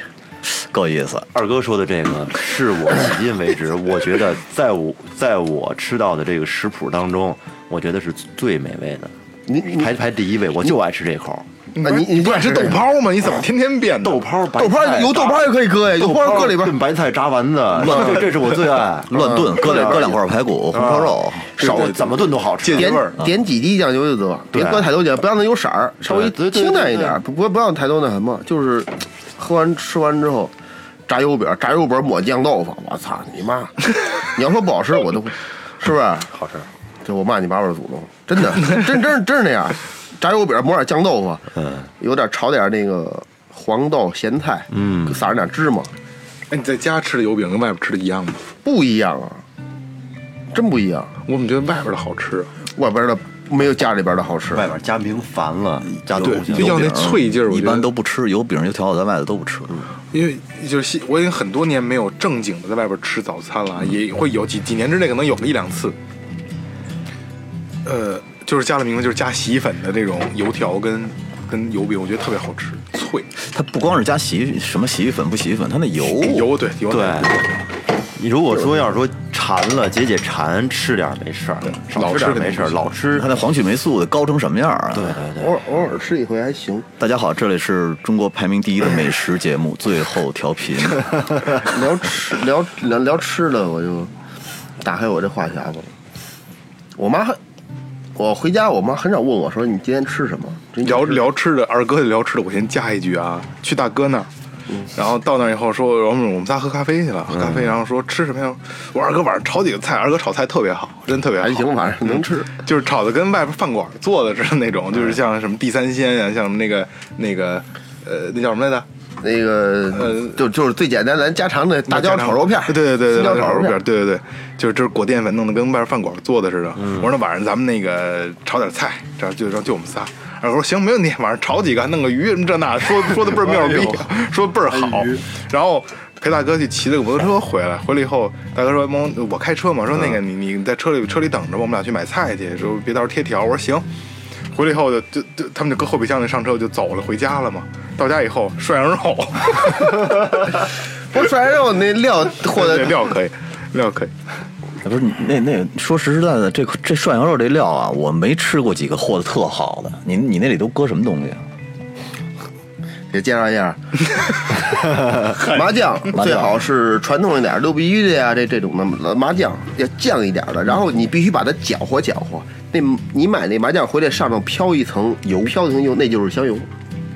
[SPEAKER 3] 够意思。
[SPEAKER 4] 二哥说的这个，是我迄今为止，我觉得在我在我吃到的这个食谱当中，我觉得是最美味的，
[SPEAKER 6] 你你
[SPEAKER 4] 排排第一位，我就爱吃这口。
[SPEAKER 6] 啊
[SPEAKER 5] 不是
[SPEAKER 6] 你你
[SPEAKER 5] 不爱吃豆泡吗？你怎么天天变呢
[SPEAKER 4] 豆泡白菜，
[SPEAKER 6] 豆泡儿有豆泡儿也可以搁呀，有
[SPEAKER 4] 豆
[SPEAKER 6] 豆
[SPEAKER 4] 泡
[SPEAKER 6] 泡
[SPEAKER 4] 儿
[SPEAKER 6] 儿搁里边儿，
[SPEAKER 4] 炖白菜炸丸子， *laughs* 这这是我最爱。
[SPEAKER 3] 乱炖，搁两搁两块排骨、红烧肉，
[SPEAKER 4] 少怎么炖都好吃，啊
[SPEAKER 6] 点
[SPEAKER 3] 啊
[SPEAKER 6] 点几滴酱油就得，别
[SPEAKER 4] 对
[SPEAKER 6] 搁太多酱，不让它有色儿，稍微
[SPEAKER 4] 对对对
[SPEAKER 6] 清淡一
[SPEAKER 4] 对
[SPEAKER 6] 点儿，不不不要太多那什么，就是喝完吃完之后，炸油饼，炸
[SPEAKER 4] *laughs*
[SPEAKER 6] 油饼抹酱豆腐，我操你妈！你要说不好吃，我都不，是不是？好吃。就我骂你八辈儿祖宗，真的，真真是真是那样，炸油饼抹点酱豆腐，嗯，有点炒点那个黄豆咸菜，嗯，撒上点芝麻，
[SPEAKER 5] 哎，你在家吃的油饼跟外边吃的一样吗？
[SPEAKER 6] 不一样啊，真不一样，
[SPEAKER 5] 我怎么觉得外边的好吃啊？
[SPEAKER 6] 外边的没有家里边的好吃，
[SPEAKER 4] 外边加名烦了，加
[SPEAKER 5] 对
[SPEAKER 4] 东西
[SPEAKER 5] 就要那脆劲儿我
[SPEAKER 3] 一
[SPEAKER 5] 觉
[SPEAKER 3] 般
[SPEAKER 5] 得嗯
[SPEAKER 3] 都不吃，油饼、油条我在外头都不吃。
[SPEAKER 5] 因为就是西我已经很多年没有正经的在外边吃早餐了，啊也会有几几年之内可能有个一两次。呃，就是加了名字，就是加洗衣粉的这种油条跟跟油饼，我觉得特别好吃，脆
[SPEAKER 3] 它不光是加洗衣什么洗衣粉不洗衣粉，它那油
[SPEAKER 5] 哎油对油
[SPEAKER 4] 对
[SPEAKER 5] 很，
[SPEAKER 4] 你如果说要是说馋了解解馋，吃点儿没事儿，少
[SPEAKER 5] 老吃
[SPEAKER 4] 吃点儿
[SPEAKER 5] 点
[SPEAKER 4] 没事儿，
[SPEAKER 5] 没事
[SPEAKER 4] 老吃
[SPEAKER 3] 它。那黄曲霉素得高成什么样啊？对对对。
[SPEAKER 6] 偶尔偶尔吃一回还行，
[SPEAKER 3] 大家好，这里是中国排名第一的美食节目《最后
[SPEAKER 5] *laughs*
[SPEAKER 3] 调频》，哎
[SPEAKER 6] 聊吃聊聊聊吃的，我就打开我这话匣子了。我妈，我回家，我妈很少问我说你今天吃什么。真
[SPEAKER 5] 聊聊吃的，二哥聊吃的，我先加一句啊，去大哥那儿，
[SPEAKER 6] 嗯
[SPEAKER 5] 然后到那儿以后说，嗯我们我们仨喝咖啡去了，喝咖啡，然后说吃什么呀？我说二哥晚上炒几个菜，二哥炒菜特别好，真特别好，
[SPEAKER 6] 还行，反正能吃。
[SPEAKER 5] 就是炒的跟外边饭馆做的似的那种，就是像什么地三鲜呀、像什么那个那个呃，那叫什么来着？
[SPEAKER 6] 那个、
[SPEAKER 5] 呃
[SPEAKER 6] 就就是最简单，咱家常的大椒炒肉片儿，
[SPEAKER 5] 对对对对，
[SPEAKER 6] 青椒
[SPEAKER 5] 炒
[SPEAKER 6] 炒肉
[SPEAKER 5] 肉
[SPEAKER 6] 片
[SPEAKER 5] 片
[SPEAKER 6] 儿，，
[SPEAKER 5] 对对对，就是就是裹淀粉弄得跟外边饭馆做的似的。
[SPEAKER 6] 嗯
[SPEAKER 5] 我说那晚上咱们那个炒点菜，这样就就就我们仨。然后我说行，没问题，晚上炒几个弄个鱼什么这那，说说的倍儿妙
[SPEAKER 6] 哎
[SPEAKER 5] 逼，说倍儿好。然后陪大哥去骑了个摩托车回来，回来以后大哥说蒙我开车嘛，说那个你
[SPEAKER 6] 嗯
[SPEAKER 5] 你在车里车里等着吧，我们俩去买菜去，说别到时候贴条。我说行。回来以后就就就他们就搁后备箱里上车就走了，回家了嘛。到家以后涮羊
[SPEAKER 6] *laughs*
[SPEAKER 5] 肉，
[SPEAKER 6] 不是涮羊肉那料和
[SPEAKER 5] 对
[SPEAKER 6] 的
[SPEAKER 5] 料可以，料可以。
[SPEAKER 3] 不是那那说实实在在的，这这涮羊肉这料啊，我没吃过几个和的特好的。你你那里都搁什么东西啊？
[SPEAKER 6] 给介绍
[SPEAKER 3] *laughs*
[SPEAKER 6] 一下。麻酱
[SPEAKER 3] 麻酱
[SPEAKER 6] 最好是传统一点儿，六必居的呀，这这种的呃麻酱要酱一点儿的，然后你必须把它搅和搅和。那你买那麻酱回来上头飘一层油，飘一层油，那就是香油。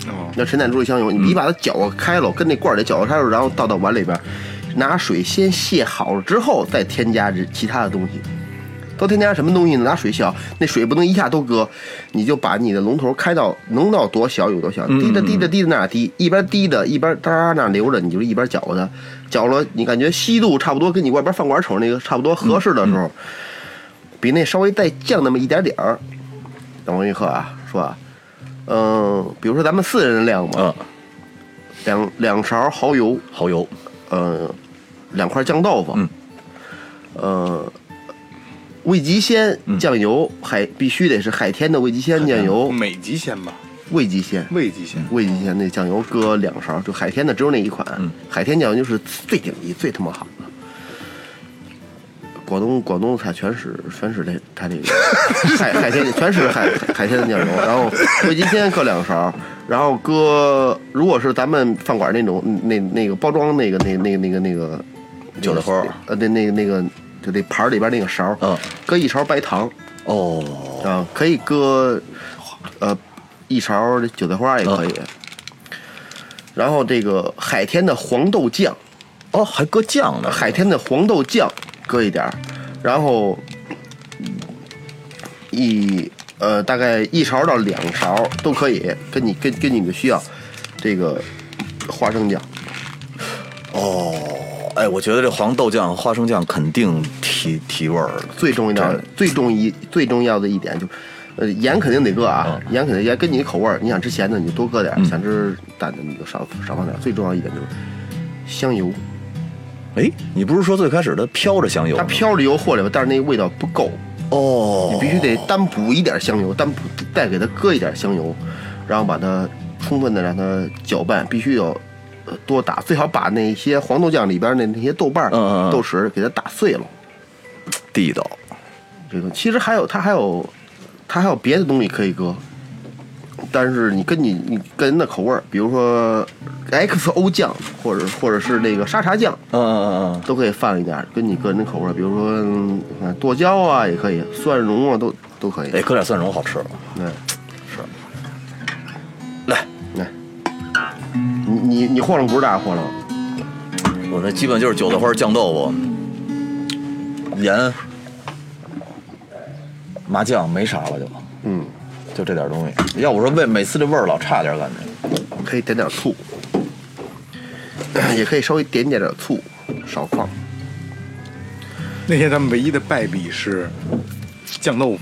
[SPEAKER 5] 哦，
[SPEAKER 6] 那陈胆汁香油，
[SPEAKER 3] 嗯
[SPEAKER 6] 你把它搅和开了，跟那罐儿里搅和开了，然后倒到碗里边儿，拿水先卸好了之后，再添加这其他的东西。都添加什么东西呢？拿水卸好，那水不能一下都搁，你就把你的龙头开到能到多小有多小，滴的滴的滴的那儿滴，一边滴的一边哒哒那儿流着，你就一边搅和它，搅了你感觉稀度差不多跟你外边饭馆瞅那个差不多合适的时候，比那稍微再降那么一点点儿。等我一刻啊，说啊，嗯，比如说咱们四人量嘛，
[SPEAKER 3] 嗯，
[SPEAKER 6] 两两勺蚝油，
[SPEAKER 3] 蚝油，
[SPEAKER 6] 呃，两块酱豆腐，
[SPEAKER 3] 嗯，
[SPEAKER 6] 呃，味极鲜酱油，海必须得是海天的味极鲜酱油，
[SPEAKER 5] 哦美极鲜吧，
[SPEAKER 6] 味极鲜，
[SPEAKER 5] 味极鲜。
[SPEAKER 6] 味极鲜那酱油搁两勺，就海天的只有那一款，
[SPEAKER 3] 嗯
[SPEAKER 6] 海天酱油就是最顶级、最他妈好的。广东广东菜全是全是这它这
[SPEAKER 3] *laughs*
[SPEAKER 6] 个海海天全是海海天的酱油，然后味极鲜搁两勺，然后搁如果是咱们饭馆那种那那个包装那个那那那个那个
[SPEAKER 3] 韭菜花儿
[SPEAKER 6] 呃那那个那个就那盘儿里边那个勺儿，
[SPEAKER 3] 嗯
[SPEAKER 6] 搁一勺白糖，
[SPEAKER 3] 哦，
[SPEAKER 6] 啊，可以搁呃一勺韭菜花也可以。然后这个海天的黄豆酱，
[SPEAKER 3] 哦，还搁酱呢，
[SPEAKER 6] 海天的黄豆酱搁一点儿，然后一呃大概一勺到两勺都可以，跟你跟跟你的需要，这个花生酱。
[SPEAKER 3] 哦，哎，我觉得这黄豆酱、花生酱肯定提提味儿。
[SPEAKER 6] 最重要的、最重一、最重要的一点就是，呃，盐肯定得搁啊，
[SPEAKER 3] 嗯
[SPEAKER 6] 盐肯定盐跟你的口味儿，你想吃咸的你就多搁点儿，想吃淡的你就少少放点儿。最重要一点就是香油，
[SPEAKER 3] 哎，你不是说最开始它飘着香油
[SPEAKER 6] 它
[SPEAKER 3] 吗？
[SPEAKER 6] 飘着油和里边，但是那个味道不够，
[SPEAKER 3] 哦，
[SPEAKER 6] 你必须得单补一点香油，单补再给它搁一点香油，然后把它充分的让它搅拌，必须要。呃多打，最好把那些黄豆酱里边的那些豆瓣儿、
[SPEAKER 3] 嗯嗯嗯
[SPEAKER 6] 豆豉给它打碎了。
[SPEAKER 3] 地道。
[SPEAKER 6] 这个其实还有它还有它还有别的东西可以搁，但是你跟你你跟人的口味儿，比如说 *laughs* XO 酱，或者或者是那个沙茶酱，
[SPEAKER 3] 嗯嗯嗯
[SPEAKER 6] 都可以放一点儿，跟你个人的口味儿，比如说嗯剁椒啊也可以，蒜蓉啊都都可以
[SPEAKER 3] 嗯，。哎，搁点蒜蓉好吃了。
[SPEAKER 6] 对，
[SPEAKER 3] 来，
[SPEAKER 6] 来，你你你和了不是大和了，
[SPEAKER 3] 我这基本就是韭菜花、酱豆腐、盐，麻将没啥了就，嗯，就这点东西。要我说为每次这味儿老差点感觉。
[SPEAKER 6] 可以点点醋， *coughs* 也可以稍微点点点醋，少放。
[SPEAKER 5] 那天咱们唯一的败笔是酱豆腐，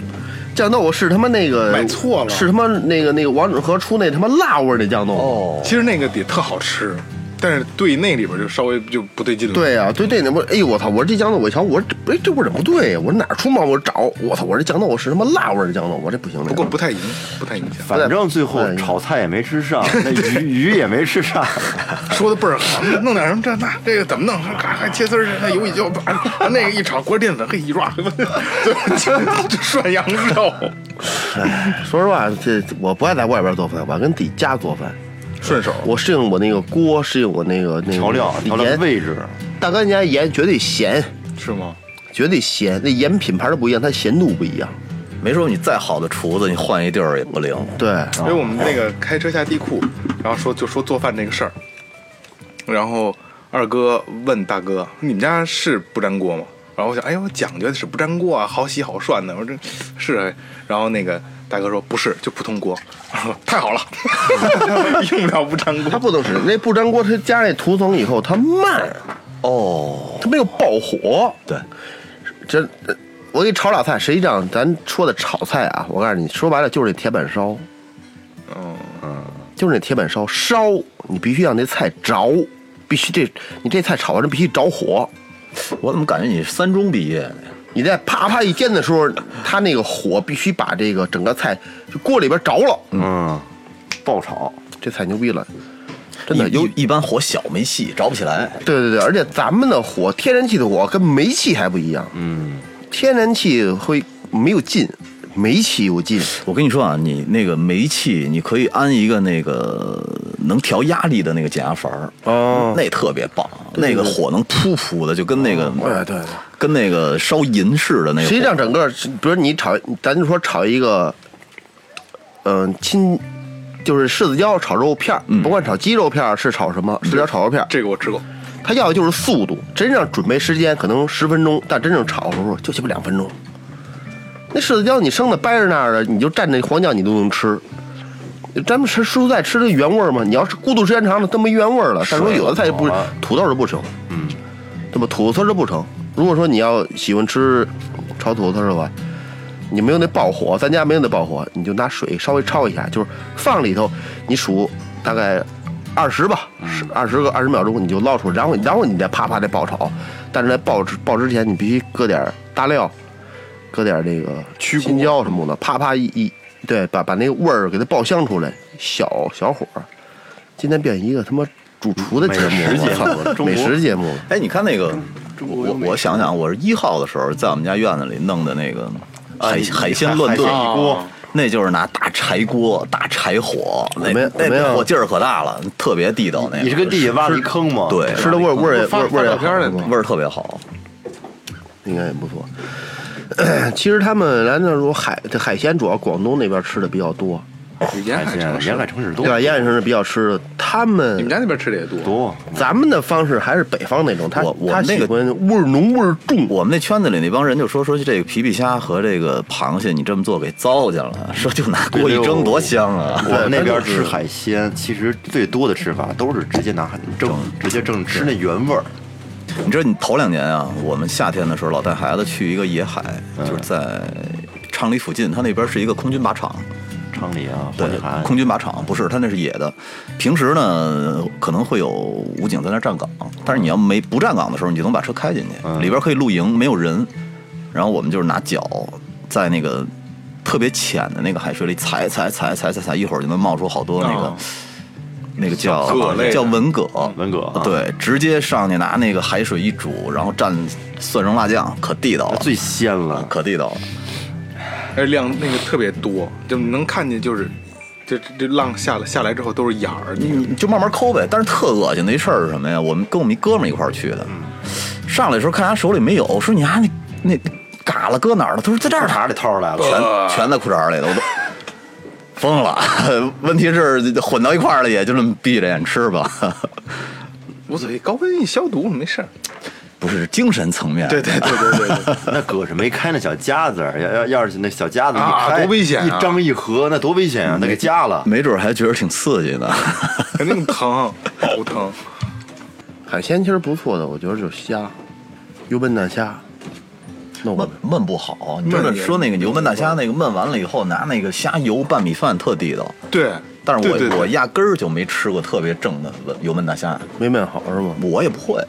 [SPEAKER 6] 酱豆腐是他妈那个
[SPEAKER 5] 买错了
[SPEAKER 6] 是他妈那个那个王致和出那他妈辣味儿那酱豆腐。
[SPEAKER 3] 哦，
[SPEAKER 5] 其实那个也特好吃，但是对那里边就稍微就不对劲了。，
[SPEAKER 6] 对呀、对对，那不，哎呦我操！我说这酱豆腐，我一瞧，我说这哎这味儿怎么不对呀？我说哪儿出毛病？我找，我操！我说这酱豆腐是他妈辣味儿的酱豆腐，我这不行。
[SPEAKER 5] 不过不太影不太影响。
[SPEAKER 4] 反正最后炒菜也没
[SPEAKER 5] *laughs*
[SPEAKER 4] 吃上，那鱼鱼也没吃 *laughs* 上，
[SPEAKER 5] 说的倍儿好，弄点什么这那这个怎么弄？咔咔切丝儿，那油一浇，把那个一炒，锅淀粉，嘿一抓， *laughs* 就就涮羊肉，
[SPEAKER 6] 说实话，这我不爱在外边做饭，我爱跟自己家做饭。
[SPEAKER 5] 顺手。
[SPEAKER 6] 我适应我那个锅，适应我那个那个
[SPEAKER 4] 调料调料的
[SPEAKER 6] 盐
[SPEAKER 4] 位置，
[SPEAKER 6] 大干家盐绝对咸，
[SPEAKER 5] 是吗？
[SPEAKER 6] 绝对咸。那盐品牌都不一样，它咸度不一样。
[SPEAKER 3] 没说你再好的厨子，你换一地儿也不灵。
[SPEAKER 6] 对，
[SPEAKER 5] 所以我们那个开车下地库，然后说就说做饭这个事儿，然后二哥问大哥：“你们家是不粘锅吗？”然后我想：“哎呦，我讲究的是不粘锅啊，好洗好涮的。”我说：“是。哎”然后那个大哥说：“不是，就普通锅。”我说：“太好了， *laughs* 用不了不粘锅。
[SPEAKER 6] 它不能使那不粘锅，它加那涂层以后，它慢，
[SPEAKER 3] 哦，
[SPEAKER 6] 它没有爆火。
[SPEAKER 3] 对，
[SPEAKER 6] 这呃我给你炒俩菜，实际上咱说的炒菜啊，我告诉你，说白了就是那铁板烧。嗯
[SPEAKER 3] 哦
[SPEAKER 6] 嗯，就是那铁板烧烧，你必须让那菜着，必须这你这菜炒完了必须着火。
[SPEAKER 3] 我怎么感觉你是三中毕业的呀？
[SPEAKER 6] 你在啪啪一煎的时候，它那个火必须把这个整个菜就锅里边着了，
[SPEAKER 4] 嗯，爆炒。
[SPEAKER 6] 这菜牛逼了，真的
[SPEAKER 3] 一
[SPEAKER 6] 有。
[SPEAKER 3] 一般火小没戏，着不起来。
[SPEAKER 6] 对对对，而且咱们的火，天然气的火跟煤气还不一样。嗯，天然气会没有劲，煤气有劲。
[SPEAKER 3] 我跟你说啊，你那个煤气，你可以安一个那个能调压力的那个减压阀儿，
[SPEAKER 6] 哦
[SPEAKER 3] 那特别棒，那个火能噗噗的，就跟那个、
[SPEAKER 6] 哦对对对，
[SPEAKER 3] 跟那个烧银似的那个火。
[SPEAKER 6] 实际上整个，比如你炒，咱就说炒一个，嗯、亲，就是柿子椒炒肉片儿，甭管炒鸡肉片儿是炒什么，柿子椒炒肉片儿”，
[SPEAKER 5] 这个我吃过，
[SPEAKER 6] 他要的就是速度。真正准备时间可能十分钟，但真正炒的时候就鸡巴两分钟。那柿子椒你生的掰着那儿的，你就蘸那黄酱你都能吃。咱们吃蔬菜吃的原味儿嘛，你要是过渡时间长了，都没原味儿了。但是说有的菜就不，土豆就不成，嗯，对吧？土豆丝儿就不成。如果说你要喜欢吃炒土豆丝儿的话，你没有那爆火，咱家没有那爆火，你就拿水稍微焯一下，就是放里头，你数大概二十吧，
[SPEAKER 4] 嗯
[SPEAKER 6] 十二十个二十秒钟你就捞出来，然后然后你再啪啪再爆炒，但是在爆之爆之前你必须搁点儿大料，搁点儿这个
[SPEAKER 5] 曲
[SPEAKER 6] 青椒什么的，啪啪一一对把把那个味儿给它爆香出来，小小火儿。今天变一个他妈主厨的节目
[SPEAKER 4] 美食节目
[SPEAKER 6] 了，我操
[SPEAKER 4] 中国
[SPEAKER 6] 美食节目了，
[SPEAKER 3] 哎，你看那个，我我想想，我是一号的时候在我们家院子里弄的那个海、
[SPEAKER 4] 你
[SPEAKER 3] 海鲜乱炖
[SPEAKER 4] 海鲜一锅，
[SPEAKER 3] 那就是拿大柴锅、大柴火，那
[SPEAKER 6] 没
[SPEAKER 3] 那
[SPEAKER 6] 没有
[SPEAKER 3] 那火劲儿可大了，特别地道那个。
[SPEAKER 4] 你是跟地下挖了一坑吗？
[SPEAKER 3] 对
[SPEAKER 6] 吃的味儿味儿也味
[SPEAKER 5] 发
[SPEAKER 6] 儿味
[SPEAKER 5] 发
[SPEAKER 6] 儿也
[SPEAKER 5] 照片儿
[SPEAKER 6] 好
[SPEAKER 5] 来
[SPEAKER 6] 是吧
[SPEAKER 3] 味儿特别好。
[SPEAKER 6] 应该也不错。其实他们来那儿说海这海鲜，主要广东那边吃的比较多，
[SPEAKER 5] 沿
[SPEAKER 4] 海
[SPEAKER 5] 海
[SPEAKER 4] 鲜
[SPEAKER 5] 城市
[SPEAKER 4] 哎沿海城市啊多
[SPEAKER 6] 对吧？燕城是比较吃的，他
[SPEAKER 5] 你们
[SPEAKER 6] 们
[SPEAKER 5] 家那边吃的也多。
[SPEAKER 4] 多，
[SPEAKER 6] 咱们的方式还是北方那种，他
[SPEAKER 3] 我我
[SPEAKER 6] 他
[SPEAKER 3] 那个
[SPEAKER 6] 喜欢味儿浓味儿重。
[SPEAKER 3] 我们那圈子里那帮人就说说这个皮皮虾和这个螃蟹，你这么做给糟践了，说就拿锅一蒸多香啊！ *laughs*
[SPEAKER 4] 我们那边吃海鲜，其实最多的吃法都是直接拿海蒸，直接蒸吃那原味儿。
[SPEAKER 3] 你知道，你头两年啊，我们夏天的时候老带孩子去一个野海，就是在昌黎附近，它那边是一个空军靶场，
[SPEAKER 4] 昌黎啊，
[SPEAKER 3] 对
[SPEAKER 4] 黄金海，岸
[SPEAKER 3] 空军靶场不是，它那是野的。平时呢，可能会有武警在那儿站岗，但是你要没不站岗的时候，你就能把车开进去，
[SPEAKER 4] 嗯
[SPEAKER 3] 里边可以露营，没有人。然后我们就是拿脚在那个特别浅的那个海水里踩踩踩踩踩踩，一会儿就能冒出好多那个。
[SPEAKER 5] 哦
[SPEAKER 3] 那嗯个叫
[SPEAKER 5] 蛤类的
[SPEAKER 3] 叫文蛤，
[SPEAKER 4] 文蛤啊
[SPEAKER 3] 对，直接上去拿那个海水一煮，然后蘸蒜蓉辣酱，可地道了，
[SPEAKER 4] 最鲜了，
[SPEAKER 3] 可地道了。
[SPEAKER 5] 而且量那个特别多，就能看见就是，这这这浪下来下来之后都是眼儿，
[SPEAKER 3] 你你就慢慢抠呗。但是特恶心的一事儿是什么呀？我们跟我们一哥们儿一块儿去的，
[SPEAKER 5] 嗯
[SPEAKER 3] 上来的时候看他手里没有，我说你丫、那那嘎了搁哪儿了？他说在这儿
[SPEAKER 5] *laughs*
[SPEAKER 3] 呢，
[SPEAKER 4] 哪里掏出来了？
[SPEAKER 5] 呃
[SPEAKER 3] 全全在裤衩儿里了，我都疯了。 *laughs* 问题是混到一块儿了，也就这么闭着眼吃吧。 *laughs*
[SPEAKER 5] 无所谓，高温一消毒没事儿。
[SPEAKER 3] 不是精神层面。
[SPEAKER 5] 对对对对对对，
[SPEAKER 4] *laughs* 那可是没开那小夹子儿，要要要是那小夹子一
[SPEAKER 5] 啊
[SPEAKER 4] 开，
[SPEAKER 5] 多危险啊
[SPEAKER 4] 一张一合，那多危险啊！那给夹了。
[SPEAKER 3] 没准儿还觉得挺刺激的。
[SPEAKER 5] 肯定疼，好疼。
[SPEAKER 6] 海鲜其实不错的，我觉得就是虾，油焖大虾，弄过
[SPEAKER 3] 焖
[SPEAKER 6] 没？
[SPEAKER 3] 焖不好，你真的
[SPEAKER 5] 焖也
[SPEAKER 3] 说那个油焖大虾那个焖完了以后，拿那个虾油拌米饭特地道。
[SPEAKER 5] 对，
[SPEAKER 3] 但是我
[SPEAKER 5] 对对对
[SPEAKER 3] 我压根儿就没吃过特别正的焖油焖大虾，
[SPEAKER 6] 没焖好是吗？
[SPEAKER 3] 我也不会。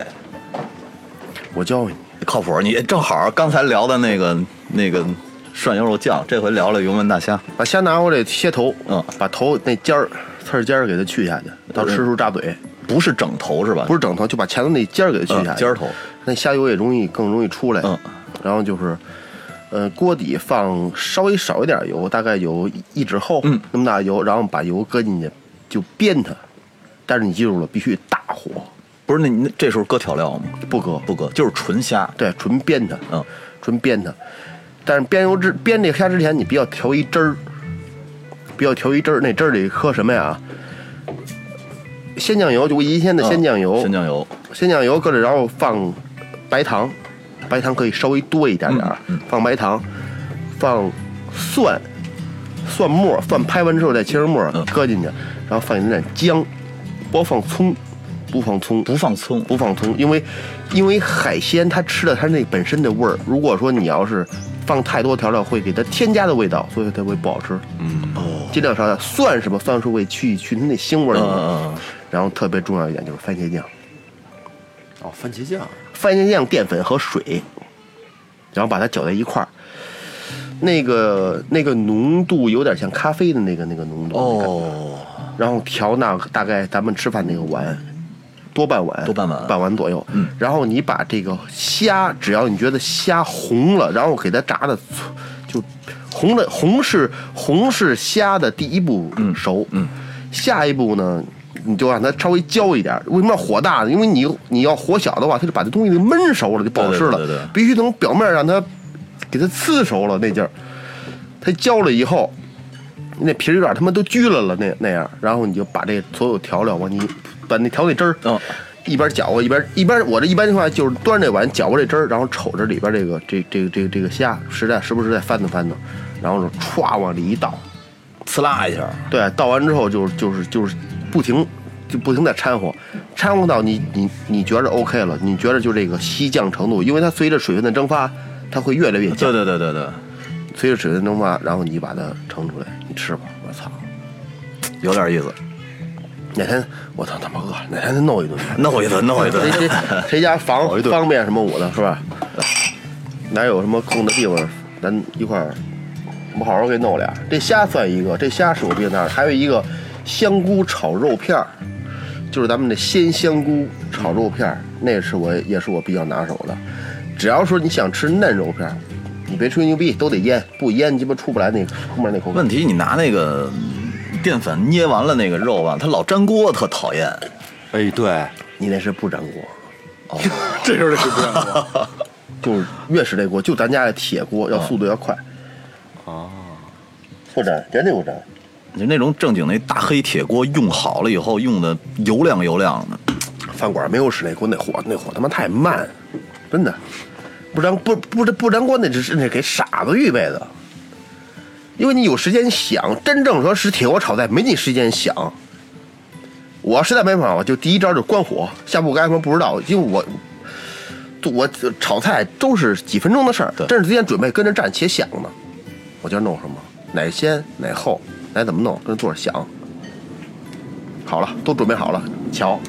[SPEAKER 6] 我教你，
[SPEAKER 3] 靠谱，你正好刚才聊的那个那个涮牛肉酱，这回聊了油焖大虾。
[SPEAKER 6] 把虾拿过来切头，
[SPEAKER 3] 嗯
[SPEAKER 6] 把头那尖儿刺儿尖儿给它去下去，到吃时候扎嘴，
[SPEAKER 3] 不是整头是吧？
[SPEAKER 6] 不是整头，就把前头那尖儿给它去下
[SPEAKER 3] 嗯
[SPEAKER 6] 去，
[SPEAKER 3] 尖儿头，
[SPEAKER 6] 那虾油也容易更容易出来。
[SPEAKER 3] 嗯，
[SPEAKER 6] 然后就是。呃，锅底放稍微少一点油，大概有一一指厚，
[SPEAKER 3] 嗯
[SPEAKER 6] 那么大油，然后把油搁进去就煸它，但是你记住了，必须大火，
[SPEAKER 3] 不是那你那这时候搁调料吗？
[SPEAKER 6] 不搁
[SPEAKER 3] 不搁，就是纯虾。
[SPEAKER 6] 对，纯煸它，
[SPEAKER 3] 嗯，
[SPEAKER 6] 纯煸它。但是煸油之煸这个虾之前，你必要调一汁儿，必要调一汁儿。那汁儿里搁什么呀？鲜酱油，就我银鲜的鲜酱油，
[SPEAKER 3] 嗯鲜酱油，
[SPEAKER 6] 鲜酱油搁里，然后放白糖，白糖可以稍微多一点点儿，
[SPEAKER 3] 嗯
[SPEAKER 6] 放白糖，放蒜，蒜末，蒜拍完之后再切成末儿
[SPEAKER 3] 嗯
[SPEAKER 6] 搁进去，然后放一点点姜，不放葱，不放葱，
[SPEAKER 3] 不放葱。
[SPEAKER 6] 不放葱，因为因为海鲜它吃了它那本身的味儿，如果说你要是放太多调料，会给它添加的味道，所以它会不好吃。嗯，哦，尽量少点蒜什么，蒜是会去去它那腥味儿里面。
[SPEAKER 3] 嗯嗯嗯
[SPEAKER 6] 然后特别重要一点就是番茄酱，
[SPEAKER 4] 哦，番茄酱，
[SPEAKER 6] 番茄酱、淀粉和水，然后把它搅在一块儿。那个那个浓度有点像咖啡的那个那个浓度，
[SPEAKER 3] 哦，
[SPEAKER 6] 然后调那个大概咱们吃饭那个碗，多半碗，
[SPEAKER 3] 多半碗
[SPEAKER 6] 半碗左右。嗯，然后你把这个虾，只要你觉得虾红了，然后给它炸的就红了，红是红是虾的第一步熟，嗯，下一步呢？你就让它稍微焦一点，为什么要火大呢？因为你你要火小的话，它就把这东西给焖熟了，就不好吃了。
[SPEAKER 3] 对对对对
[SPEAKER 6] 必须从表面让它给它刺熟了那劲儿，它焦了以后，那皮儿有点他妈都焗了了那那样，然后你就把这所有调料往你把那调那汁儿，
[SPEAKER 3] 嗯
[SPEAKER 6] 一边搅和一边一边我这一般的话就是端着碗搅和这汁儿，然后瞅着里边这个这这个这个这个虾，实在时不时再翻腾翻腾，然后就歘往里一倒，
[SPEAKER 3] 呲啦一下，
[SPEAKER 6] 对，倒完之后就是就是就是不停就不停在掺和，掺和到你你你觉着 OK 了，你觉着就这个吸酱程度，因为它随着水分的蒸发，它会越来越
[SPEAKER 3] 对
[SPEAKER 6] 酱，
[SPEAKER 3] 对对对对，
[SPEAKER 6] 随着水分蒸发，然后你把它盛出来，你吃吧，我操。
[SPEAKER 3] 有点意思。
[SPEAKER 6] 哪天我操他妈饿了，哪天再弄一顿饭。
[SPEAKER 3] 弄一顿， *laughs* 弄一顿
[SPEAKER 6] 谁。谁谁家房
[SPEAKER 3] 一顿
[SPEAKER 6] 方便什么我的是吧？哪有什么空的地方，咱一块儿，我好好给弄俩。这虾算一个，这虾是我必须拿的，还有一个香菇炒肉片儿，就是咱们的鲜香菇炒肉片儿，那是我也是我比较拿手的。只要说你想吃嫩肉片儿，你别吹牛逼，都得腌，不腌鸡巴出不来那个后面那口感
[SPEAKER 3] 问。题你拿那个嗯淀粉捏完了那个肉吧，它老粘锅，特讨厌。
[SPEAKER 4] 哎，对，
[SPEAKER 6] 你那是不粘锅。
[SPEAKER 5] 这时候得给不让过。
[SPEAKER 6] 就是越是这锅，就咱家的铁锅要速度要快。哦，不粘，绝对不粘。
[SPEAKER 3] 就那种正经那大黑铁锅，用好了以后用的油亮油亮的，
[SPEAKER 6] 饭馆没有室内锅，那火那火他妈太慢，真的。不粘不不不粘锅那只是那给傻子预备的，因为你有时间想，真正说是铁锅炒菜没你时间想。我实在没办法，我就第一招就关火，下步该什么不知道，因为我。我炒菜都是几分钟的事儿，真是之前准备跟着站且想呢，我今儿弄什么，哪先哪后，哪怎么弄，跟着坐着想。好了，都准备好了，瞧，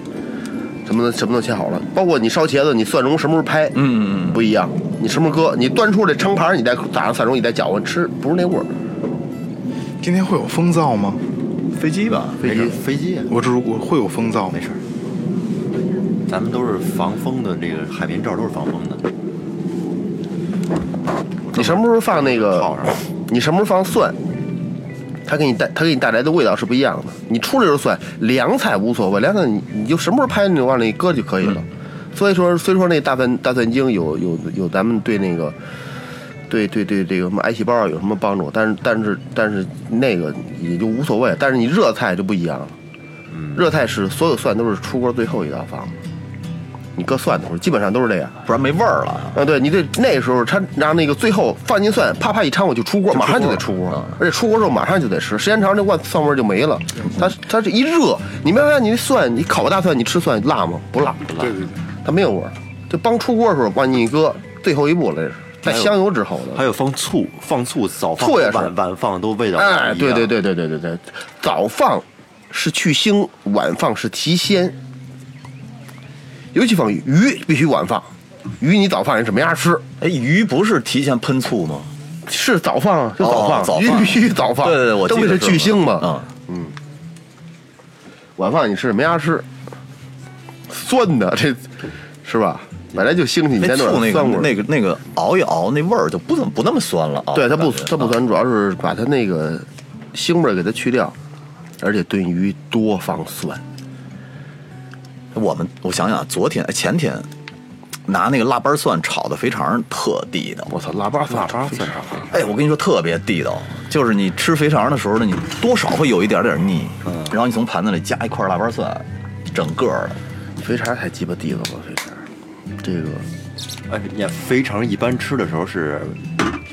[SPEAKER 6] 什么都什么都切好了，包括你烧茄子，你蒜蓉什么时候拍，嗯嗯嗯，不一样，你什么时候搁，你端出来盛盘儿，你再打上蒜蓉，你再搅和吃，不是那味儿。
[SPEAKER 5] *laughs* 今天会有风噪吗？
[SPEAKER 3] 飞机吧，
[SPEAKER 4] 没事，飞机啊，
[SPEAKER 5] 我这我会有风噪吗
[SPEAKER 4] 没？事儿。咱们都是防风的，这个海绵罩都是防风的。
[SPEAKER 6] 你什么时候放那个
[SPEAKER 4] 泡上？
[SPEAKER 6] 你什么时候放蒜？它给你带它给你带来的味道是不一样的。你出来就是蒜，凉菜无所谓，凉菜你你就什么时候拍你往里搁就可以了。所以说，虽说那大蒜大蒜精有有有咱们对那个对对对这个什么癌细胞啊有什么帮助，但是但是但是那个也就无所谓。但是你热菜就不一样了，热菜是所有蒜都是出锅最后一道放的。你搁蒜的时候，基本上都是这样。
[SPEAKER 3] 不然没味儿了。
[SPEAKER 6] 啊，对，你得那时候掺，然后那个最后放进蒜，啪啪一掺，我就出锅，马上就得出锅，而且出锅之后马上就得吃，时间长这蒜蒜味儿就没了。它它这一热，你没发现你那蒜，你烤个大蒜，你吃蒜辣吗？不辣，
[SPEAKER 5] 对对对，
[SPEAKER 6] 它没有味儿。就帮出锅的时候往进一搁，最后一步了，这是在香油之后的。
[SPEAKER 4] 还有放醋，放醋早放
[SPEAKER 6] 醋也是
[SPEAKER 4] 晚晚放都味道不一样
[SPEAKER 6] 哎，对对，对对对对对，早放是去腥，晚放是提鲜。尤其放鱼，鱼必须晚放，鱼你早放人什么样吃？
[SPEAKER 3] 哎，鱼不是提前喷醋吗？
[SPEAKER 6] 是早放啊，就早放，
[SPEAKER 3] 哦早放
[SPEAKER 6] 鱼必须早放。
[SPEAKER 3] *laughs* 对对对，
[SPEAKER 6] *laughs*
[SPEAKER 3] 我
[SPEAKER 6] 这
[SPEAKER 3] 记
[SPEAKER 6] 不
[SPEAKER 3] 得
[SPEAKER 6] 是巨星吗？
[SPEAKER 3] 嗯，
[SPEAKER 6] 晚放你吃没啥吃，酸的 *laughs* 这是吧？本来就腥气，你
[SPEAKER 3] 那
[SPEAKER 6] 再
[SPEAKER 3] 哎醋
[SPEAKER 6] 弄
[SPEAKER 3] 那
[SPEAKER 6] 点
[SPEAKER 3] 个
[SPEAKER 6] 酸味儿。
[SPEAKER 3] 那个那个熬一熬，那味儿就不怎么不那么酸了啊。
[SPEAKER 6] 对它不
[SPEAKER 3] 感觉
[SPEAKER 6] 它不
[SPEAKER 3] 啊
[SPEAKER 6] 酸，主要是把它那个腥味儿给它去掉，而且炖鱼多放蒜。
[SPEAKER 3] 我们我想想，昨天哎前天拿那个腊八蒜炒的肥肠，特地道。
[SPEAKER 6] 我操，腊八蒜，腊八蒜，
[SPEAKER 3] 哎，我跟你说特别地道，就是你吃肥肠的时候呢，你多少会有一点点腻，然后你从盘子里夹一块腊八蒜，整个儿的。
[SPEAKER 6] 肥肠太鸡巴地道了，肥肠。这个
[SPEAKER 4] 哎，你看肥肠一般吃的时候是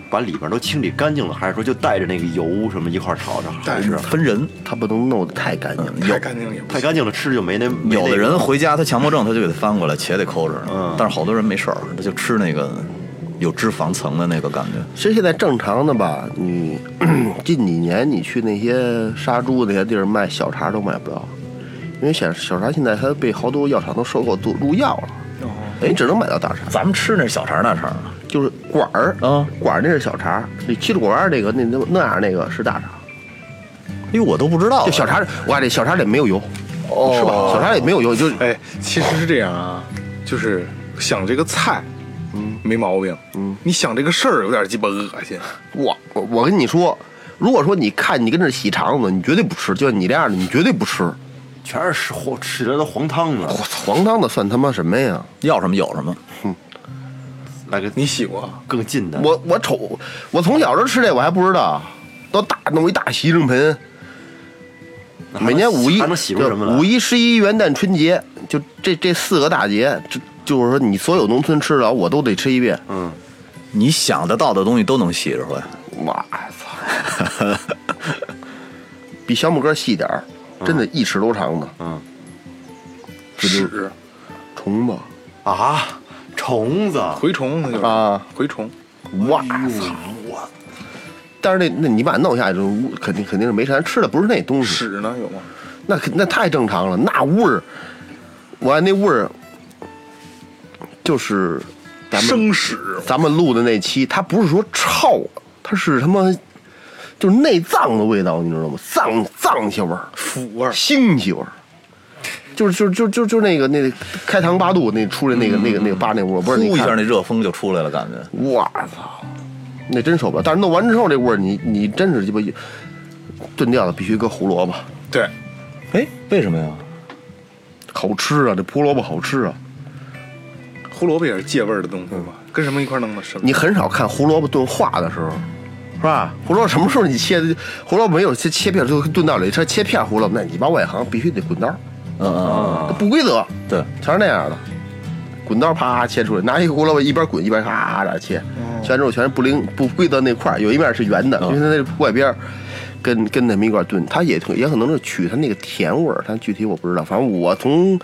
[SPEAKER 4] 把里边都清理干净了，还是说就带着那个油什么一块儿炒着？还是
[SPEAKER 3] 分人，
[SPEAKER 6] 它不能弄得太干净，
[SPEAKER 3] 嗯
[SPEAKER 5] 太干净也不
[SPEAKER 4] 太干净了吃就没那没
[SPEAKER 3] 有
[SPEAKER 4] 那
[SPEAKER 3] 的
[SPEAKER 4] 个
[SPEAKER 3] 人回家他强迫症，他就给他翻过来，且得抠着呢。
[SPEAKER 4] 嗯
[SPEAKER 3] 但是好多人没事儿，他就吃那个有脂肪层的那个感觉。
[SPEAKER 6] 其实现在正常的吧，你 *clears throat* 近几年你去那些杀猪那些地儿卖小肠都买不着，因为小小肠现在它被好多药厂都收购做入药了，哎你只能买到大肠，
[SPEAKER 3] 咱们吃那是小肠大肠，
[SPEAKER 6] 就是管儿
[SPEAKER 3] 啊
[SPEAKER 6] 管儿那是小肠，你七里馆儿那个那那那样那个是大肠，
[SPEAKER 3] 因哎为我都不知道。啊
[SPEAKER 6] 就小肠，我这小肠里没有油，
[SPEAKER 3] 哦
[SPEAKER 6] 是吧？小肠里没有油，就是
[SPEAKER 5] 哎，其实是这样啊，就是想这个菜，嗯，没毛病，嗯，你想这个事儿有点鸡巴恶心，
[SPEAKER 6] 我我我跟你说，如果说你看你跟这儿洗肠子，你绝对不吃，就像你这样的，你绝对不吃。
[SPEAKER 4] 全是黄吃起来的黄汤呢
[SPEAKER 6] 我，操，黄汤的算他妈什么呀？
[SPEAKER 3] 要什么有什么。
[SPEAKER 4] 来个
[SPEAKER 5] 你洗过？
[SPEAKER 4] 更近的。
[SPEAKER 6] 我我瞅，我从小就吃这，我还不知道，都大弄一大洗净盆，
[SPEAKER 4] 那还能
[SPEAKER 6] 每年五一
[SPEAKER 4] 还能洗出什么来？
[SPEAKER 6] 五一、十一、元旦、春节，就这这四个大节，这就是说你所有农村吃的，我都得吃一遍。
[SPEAKER 4] 嗯，
[SPEAKER 3] 你想得到的东西都能洗出来。
[SPEAKER 6] 哇操， *laughs* 比小拇哥细点儿，真的一尺多长呢。
[SPEAKER 4] 嗯，
[SPEAKER 5] 屎、
[SPEAKER 6] 虫子，
[SPEAKER 4] 啊，虫子，
[SPEAKER 5] 蛔虫那就是
[SPEAKER 6] 啊，
[SPEAKER 5] 蛔虫，
[SPEAKER 4] 哎
[SPEAKER 6] 哇操我。但是那那你把它弄下去，这屋肯定肯定是没啥吃的，不是那东西。
[SPEAKER 5] 屎呢有吗？
[SPEAKER 6] 那可那太正常了，那味儿，我看那味儿，就是咱们
[SPEAKER 5] 生屎，
[SPEAKER 6] 咱们录的那期，它不是说臭，它是他妈就是内脏的味道，你知道吗？脏脏气味儿，
[SPEAKER 5] 腐味儿，
[SPEAKER 6] 腥气味儿，就是就是就就就那个那个开膛八度那出来那个、那个那个八那味儿，不是
[SPEAKER 3] 嗯呼
[SPEAKER 6] 你
[SPEAKER 3] 一下
[SPEAKER 6] 看
[SPEAKER 3] 那热风就出来了，感觉。
[SPEAKER 6] 我操，那真受不了。但是弄完之后这味儿，你你真是鸡巴炖掉了，必须搁胡萝卜，
[SPEAKER 5] 对，
[SPEAKER 3] 哎，为什么呀？
[SPEAKER 6] 好吃啊，这胡萝卜好吃啊。
[SPEAKER 5] 胡萝卜也是借味儿的东西嘛，跟什么一块儿弄的？什么？
[SPEAKER 6] 你很少看胡萝卜炖化的时候，是吧？胡萝卜什么时候你切的？胡萝卜没有切切片，就炖到里，它切片胡萝卜，那你把外行必须得滚刀，
[SPEAKER 3] 嗯嗯
[SPEAKER 6] 不规则，
[SPEAKER 3] 嗯，对，
[SPEAKER 6] 全是那样的。滚刀啪切出来，拿一个胡萝卜一边滚一边咔嚓切，切完之后全是不灵不规则那块儿，有一面是圆
[SPEAKER 3] 嗯
[SPEAKER 6] 的，因为它那外边儿跟跟那么一块儿炖，它也也可能是取它那个甜味儿，但具体我不知道。反正我从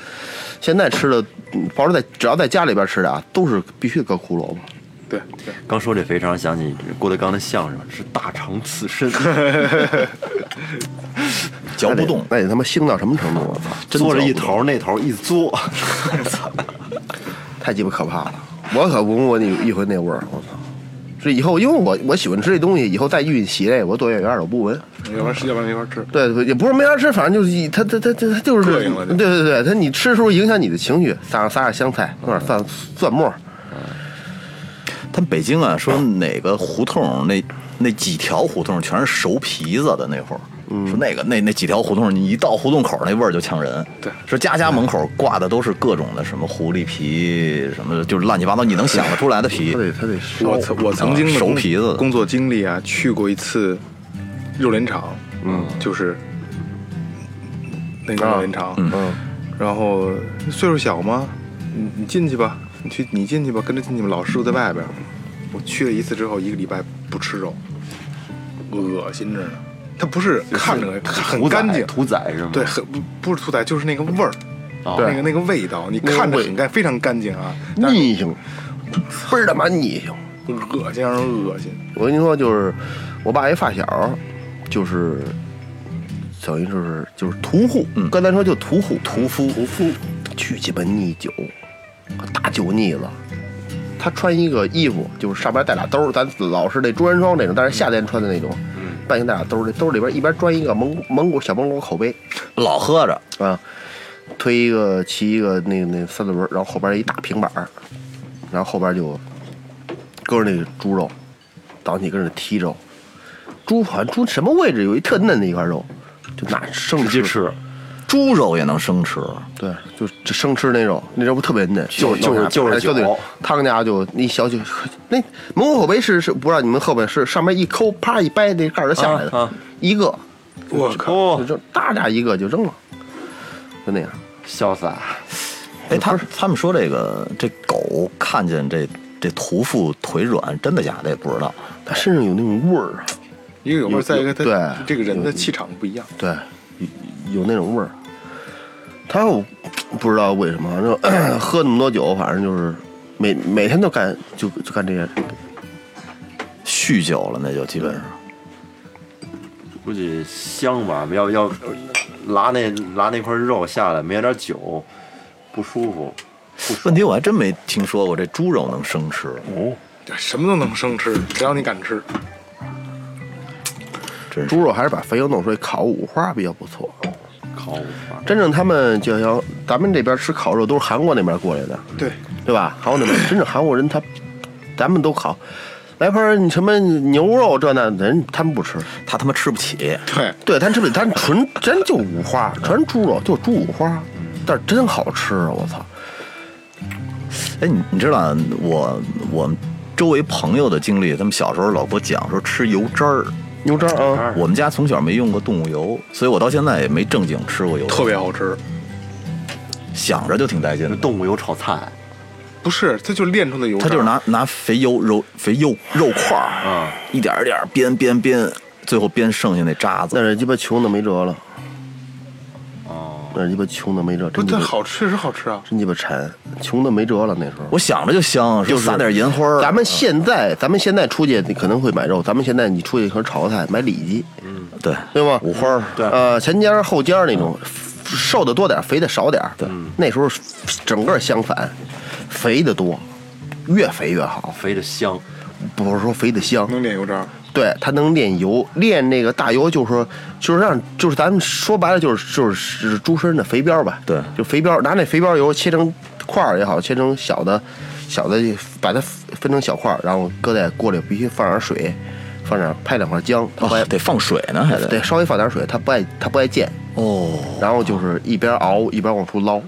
[SPEAKER 6] 现在吃的，嗯包括在只要在家里边吃的啊，都是必须搁胡萝卜。
[SPEAKER 5] 对对，
[SPEAKER 4] 刚说这肥肠，想起郭德纲的相声是大肠刺 *laughs* 身，
[SPEAKER 3] 嚼不动。
[SPEAKER 6] 那得，那得他妈腥到什么程度？啊我操，真
[SPEAKER 4] 嘬着
[SPEAKER 6] 嚼
[SPEAKER 4] 一
[SPEAKER 6] 不动，
[SPEAKER 4] 头那头一 *laughs* 嘬，
[SPEAKER 6] 太鸡巴可怕了！我可不我你一回那味儿，我操！所以以后，因为我我喜欢吃这东西，以后再遇见洗这，我躲远远点儿，我不闻。
[SPEAKER 5] 要不然要不然没法吃。
[SPEAKER 6] 对，也不是没啥吃，反正就是一它它它它它就是，
[SPEAKER 5] 膈应了就
[SPEAKER 6] 对对对，它你吃的时候影响你的情绪，撒上撒点香菜，弄点蒜蒜末，
[SPEAKER 3] 他们北京啊，说哪个胡同那那几条胡同全是熟皮子的那会儿，说那个那那几条胡同，你一到胡同口那味儿就呛人。
[SPEAKER 5] 对
[SPEAKER 3] 说家家门口挂的都是各种的什么狐狸皮，什么就是乱七八糟，你能想得出来的皮
[SPEAKER 6] 它。得它得烧
[SPEAKER 5] 我曾我曾经的
[SPEAKER 3] 熟
[SPEAKER 5] 工
[SPEAKER 3] 皮子
[SPEAKER 5] 工作经历啊，去过一次肉联厂，嗯，就是那个肉联厂，
[SPEAKER 6] 嗯，
[SPEAKER 5] 然后岁数小嘛，你你进去吧，你去你进去吧，跟着进去吧。老师傅在外边儿，我去了一次之后，一个礼拜不吃肉，恶心着呢。它不是看着很
[SPEAKER 4] 屠宰
[SPEAKER 5] 干净，
[SPEAKER 4] 屠宰是吗？
[SPEAKER 5] 对，很不不是屠宰，就是那个味儿，
[SPEAKER 4] 哦
[SPEAKER 5] 那个那个味道，你看着
[SPEAKER 6] 味
[SPEAKER 5] 很干，非常干净啊，但是
[SPEAKER 6] 逆性，倍儿他妈逆性。
[SPEAKER 5] 恶心让人恶心。
[SPEAKER 6] 我跟你说，就是我爸一发小，就是等于就是就是屠户，刚才说就屠户、嗯屠夫、屠夫，去鸡巴腻酒，大酒腻子。他穿一个衣服，就是上边带俩兜儿，咱老是那朱元璋那种，但是夏天穿的那种，半夜带俩兜儿，这兜儿里边一边装一个蒙古蒙古小蒙古口杯，
[SPEAKER 3] 老喝着，
[SPEAKER 6] 啊，推一个骑一个那那三轮儿，然后后边一大平板儿，然后后边就搁着那个猪肉，早上起跟着踢肉，猪好像猪什么位置有一特嫩的一块肉，就拿生吃，
[SPEAKER 4] 吃，
[SPEAKER 3] 猪肉也能生吃，
[SPEAKER 6] 对，就就生吃那肉，那肉不特别嫩，
[SPEAKER 4] 就
[SPEAKER 6] 就
[SPEAKER 4] 就是就是
[SPEAKER 6] 就得
[SPEAKER 4] 酒
[SPEAKER 6] 他们家就那一小酒，那蒙古口碑是是不知道你们后边是上面一抠，啪一掰那盖儿就下来的，
[SPEAKER 4] 啊啊
[SPEAKER 6] 一个
[SPEAKER 5] 我靠，
[SPEAKER 6] 就
[SPEAKER 4] 哦，
[SPEAKER 6] 扔，大家一个就扔了，就那样。
[SPEAKER 4] 潇洒，
[SPEAKER 3] 哎，他他们说这个这狗看见这这屠夫腿软，真的假的也不知道。
[SPEAKER 6] 它身上有那种味儿啊，
[SPEAKER 5] 一个有味儿，再一个他
[SPEAKER 6] 对
[SPEAKER 5] 这个人的气场不一样。
[SPEAKER 6] 对，有有那种味儿。他又不知道为什么，反正 *clears throat* 喝那么多酒，反正就是每每天都干就就干这些。
[SPEAKER 3] 酗酒了，那就基本上
[SPEAKER 4] 估计香吧，要要拉那拉那块肉下来，没有点酒不舒服。
[SPEAKER 3] 问题我还真没听说过这猪肉能生吃，
[SPEAKER 5] 什么都能生吃，只要你敢吃。
[SPEAKER 3] 真是
[SPEAKER 6] 猪肉还是把肥油弄出来烤五花比较不错。
[SPEAKER 4] 烤五花，
[SPEAKER 6] 真正他们就像咱们这边吃烤肉都是韩国那边过来的，
[SPEAKER 5] 对，
[SPEAKER 6] 对吧？韩国那边真正韩国人他，咱们都烤，来盘什么牛肉这那人他们不吃，
[SPEAKER 3] 他他妈吃不起。
[SPEAKER 5] 对，
[SPEAKER 6] 对，咱吃不起，咱纯真就五花，纯猪肉就猪五花，但是真好吃啊！我操，
[SPEAKER 3] 哎，你你知道我我们周围朋友的经历，他们小时候老给我讲说吃油渣儿。
[SPEAKER 6] 牛渣啊！
[SPEAKER 3] 我们家从小没用过动物油，所以我到现在也没正经吃过油。
[SPEAKER 5] 特别好吃。
[SPEAKER 3] 想着就挺带劲
[SPEAKER 4] 这
[SPEAKER 3] 的，
[SPEAKER 4] 动物油炒菜
[SPEAKER 5] 不是，他就炼出的油渣，
[SPEAKER 3] 他就是拿拿肥油肉肥油肉块儿，
[SPEAKER 4] 啊，
[SPEAKER 3] 一点儿一点儿煸煸煸，最后煸剩下那渣
[SPEAKER 6] 那
[SPEAKER 3] 子。
[SPEAKER 6] 是鸡巴穷的没辙了，
[SPEAKER 4] 哦，
[SPEAKER 6] 那是鸡巴穷的没辙，
[SPEAKER 5] 不是，
[SPEAKER 6] 真鸡巴
[SPEAKER 5] 但好确实好吃啊。
[SPEAKER 6] 真鸡巴馋，穷的没辙了那时候。
[SPEAKER 3] 我想着就香，
[SPEAKER 6] 就
[SPEAKER 3] 就是撒点盐花儿。啊
[SPEAKER 6] 咱们现在，咱们现在出去你可能会买肉，咱们现在你出去可能炒个菜买里脊，
[SPEAKER 3] 对
[SPEAKER 6] 对吗？
[SPEAKER 3] 五花儿
[SPEAKER 4] 对
[SPEAKER 6] 呃，前尖儿后尖儿那种，瘦的多点儿，肥的少点儿。对，那时候整个相反，肥的多，越肥越好，
[SPEAKER 4] 肥的香，
[SPEAKER 6] 不是说肥的香，
[SPEAKER 5] 能炼油渣，
[SPEAKER 6] 对，它能炼油，炼那个大油就是说，就是让，就是咱们说白了就是就是是猪身的肥膘吧，
[SPEAKER 3] 对
[SPEAKER 6] 就肥膘，拿那肥膘油切成块儿也好，切成小的小的，把它分成小块儿，然后搁在锅里，必须放点水，放点拍两块姜，它不爱、
[SPEAKER 3] 哦，得放水呢，还
[SPEAKER 6] 得
[SPEAKER 3] 得
[SPEAKER 6] 稍微放点水，它不爱它不爱溅，
[SPEAKER 3] 哦，
[SPEAKER 6] 然后就是一边熬一边往出捞，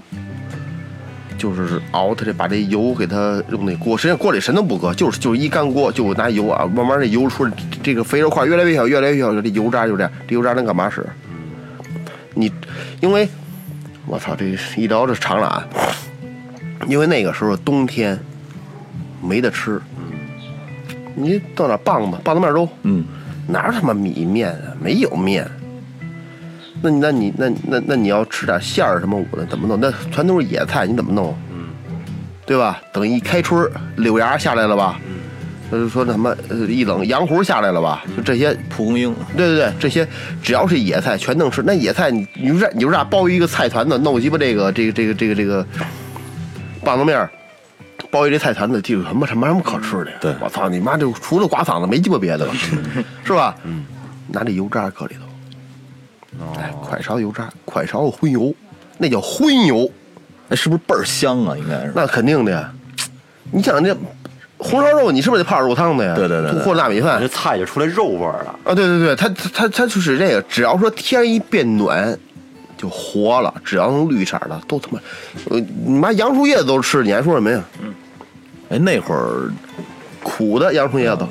[SPEAKER 6] 就是熬它这把这油给它用那锅，实际上锅里什么都不搁，就是就是一干锅，就拿油啊，慢慢这油出来这个肥肉块越来越小，越来越小，这油渣就这样，这油渣能干嘛使？你因为我操，这一聊这长了啊，因为那个时候冬天没得吃，你到哪儿棒子棒子面粥，
[SPEAKER 3] 嗯，
[SPEAKER 6] 哪有他妈米面啊？没有面。那你那你那那那你要吃点馅儿什么的，怎么弄？那全都是野菜，你怎么弄？嗯，对吧？等一开春儿，柳芽下来了吧？嗯，就是说那什么呃一冷洋胡下来了吧？就这些
[SPEAKER 3] 蒲公英
[SPEAKER 6] 对对对，这些只要是野菜全能吃。那野菜你你就这你就这包一个菜团子，弄鸡巴这个这个这个这个这个棒子面儿，包一这菜团子，就有什么什么什么可吃的呀？
[SPEAKER 3] 对
[SPEAKER 6] 我操你妈！就除了刮嗓子没鸡巴别
[SPEAKER 3] *laughs*
[SPEAKER 6] 的了，是吧？嗯，拿这油渣搁里头，哎，快烧油渣，快烧荤油，那叫荤油，
[SPEAKER 3] 哎，是不是倍儿香啊？应该是。
[SPEAKER 6] 那肯定的呀。你想这红烧肉，你是不是得泡点肉汤子呀？
[SPEAKER 3] 对对对对
[SPEAKER 6] 或者大米饭
[SPEAKER 4] 感觉，菜就出来肉味儿了。
[SPEAKER 6] 啊，对对对，它它它它就是这个，只要说天一变暖，就活了。只要能绿色的，都他妈，呃，你妈杨树叶子都吃，你还说什么呀？
[SPEAKER 3] 哎，那会儿
[SPEAKER 6] 苦的杨树叶子，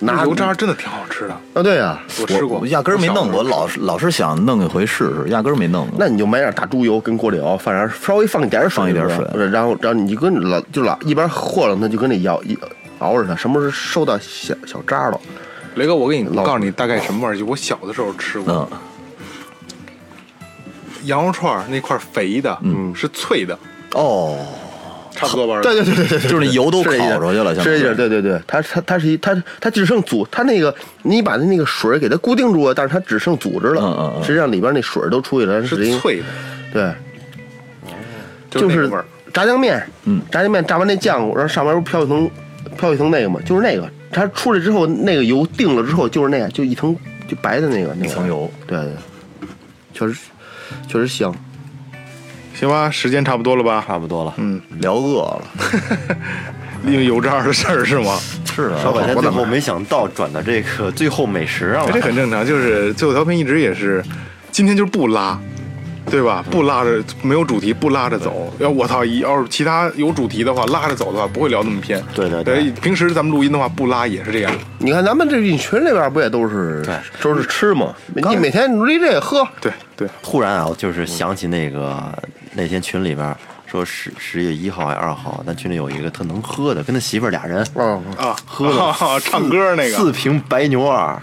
[SPEAKER 6] 拿
[SPEAKER 5] 那油渣真的挺好吃。吃的，
[SPEAKER 6] 啊，对呀、
[SPEAKER 5] 我吃过，
[SPEAKER 3] 我压根儿没
[SPEAKER 5] 小时候
[SPEAKER 3] 弄，我老是老是想弄一回试试，压根儿没弄过。
[SPEAKER 6] 那你就买点大猪油跟锅里熬，反正稍微放一点水，
[SPEAKER 3] 放一点水
[SPEAKER 6] 然后然后然后你就跟你老就老一边和弄它，就跟那摇一熬着它，什么时候收到小小渣了？ *laughs*
[SPEAKER 5] 雷哥，我给你
[SPEAKER 6] 老
[SPEAKER 5] 告诉你大概什么味儿，就我小的时候吃过
[SPEAKER 3] 嗯，
[SPEAKER 5] 羊肉串儿那块儿肥的，嗯，是脆的，
[SPEAKER 3] 哦，
[SPEAKER 5] 差不多吧？
[SPEAKER 6] 对对对对对，
[SPEAKER 3] 就是那油都
[SPEAKER 6] 是这意思
[SPEAKER 3] 烤出去了，像
[SPEAKER 6] 是这意思，对对对，它它它是一它它只剩组，它那个你把它那个水给它固定住了，但是它只剩组织了，
[SPEAKER 3] 嗯嗯嗯
[SPEAKER 6] 实际上里边那水都出去了，
[SPEAKER 5] 是
[SPEAKER 6] 只因
[SPEAKER 5] 脆的，
[SPEAKER 6] 对，
[SPEAKER 5] 是
[SPEAKER 6] 就
[SPEAKER 5] 那个
[SPEAKER 6] 是
[SPEAKER 5] 味儿。
[SPEAKER 6] 炸酱面，嗯，炸酱面炸完那酱，然后上面不是飘一层飘一层那个嘛，就是那个，它出来之后那个油定了之后就是那个，就一层就白的那个那个
[SPEAKER 3] 一层油，
[SPEAKER 6] 对对，确实确实香，
[SPEAKER 5] 行吧，时间差不多了吧？
[SPEAKER 4] 差不多了。
[SPEAKER 5] 嗯，
[SPEAKER 3] 聊饿了，
[SPEAKER 5] 因为油渣的事儿是吗？
[SPEAKER 3] 是
[SPEAKER 4] 老
[SPEAKER 3] 啊，
[SPEAKER 4] 半天
[SPEAKER 6] 我
[SPEAKER 4] 最
[SPEAKER 6] 怎么
[SPEAKER 4] 后没想到转到这个最后美食上
[SPEAKER 5] 哎
[SPEAKER 4] 了，
[SPEAKER 5] 这很正常，就是最后调频一直也是，今天就是不拉，对吧？不拉着没有主题，不拉着走。要我操，一要是其他有主题的话，拉着走的话不会聊那么偏。
[SPEAKER 4] 对对对
[SPEAKER 5] 平时咱们录音的话不拉也是这样。
[SPEAKER 6] 你看咱们这运群这边不也都是
[SPEAKER 4] 对
[SPEAKER 6] 都是吃嘛，你每天努力这个喝，
[SPEAKER 5] 对对，
[SPEAKER 4] 突然啊，就是想起那个那天群里边说十十月一号还是二号，咱群里有一个特能喝的，跟他媳妇儿俩人
[SPEAKER 6] 啊，
[SPEAKER 5] 啊，
[SPEAKER 4] 喝了
[SPEAKER 5] 啊 *laughs*
[SPEAKER 4] 四
[SPEAKER 5] 唱歌那
[SPEAKER 4] 四
[SPEAKER 5] 个，
[SPEAKER 4] 瓶白牛二，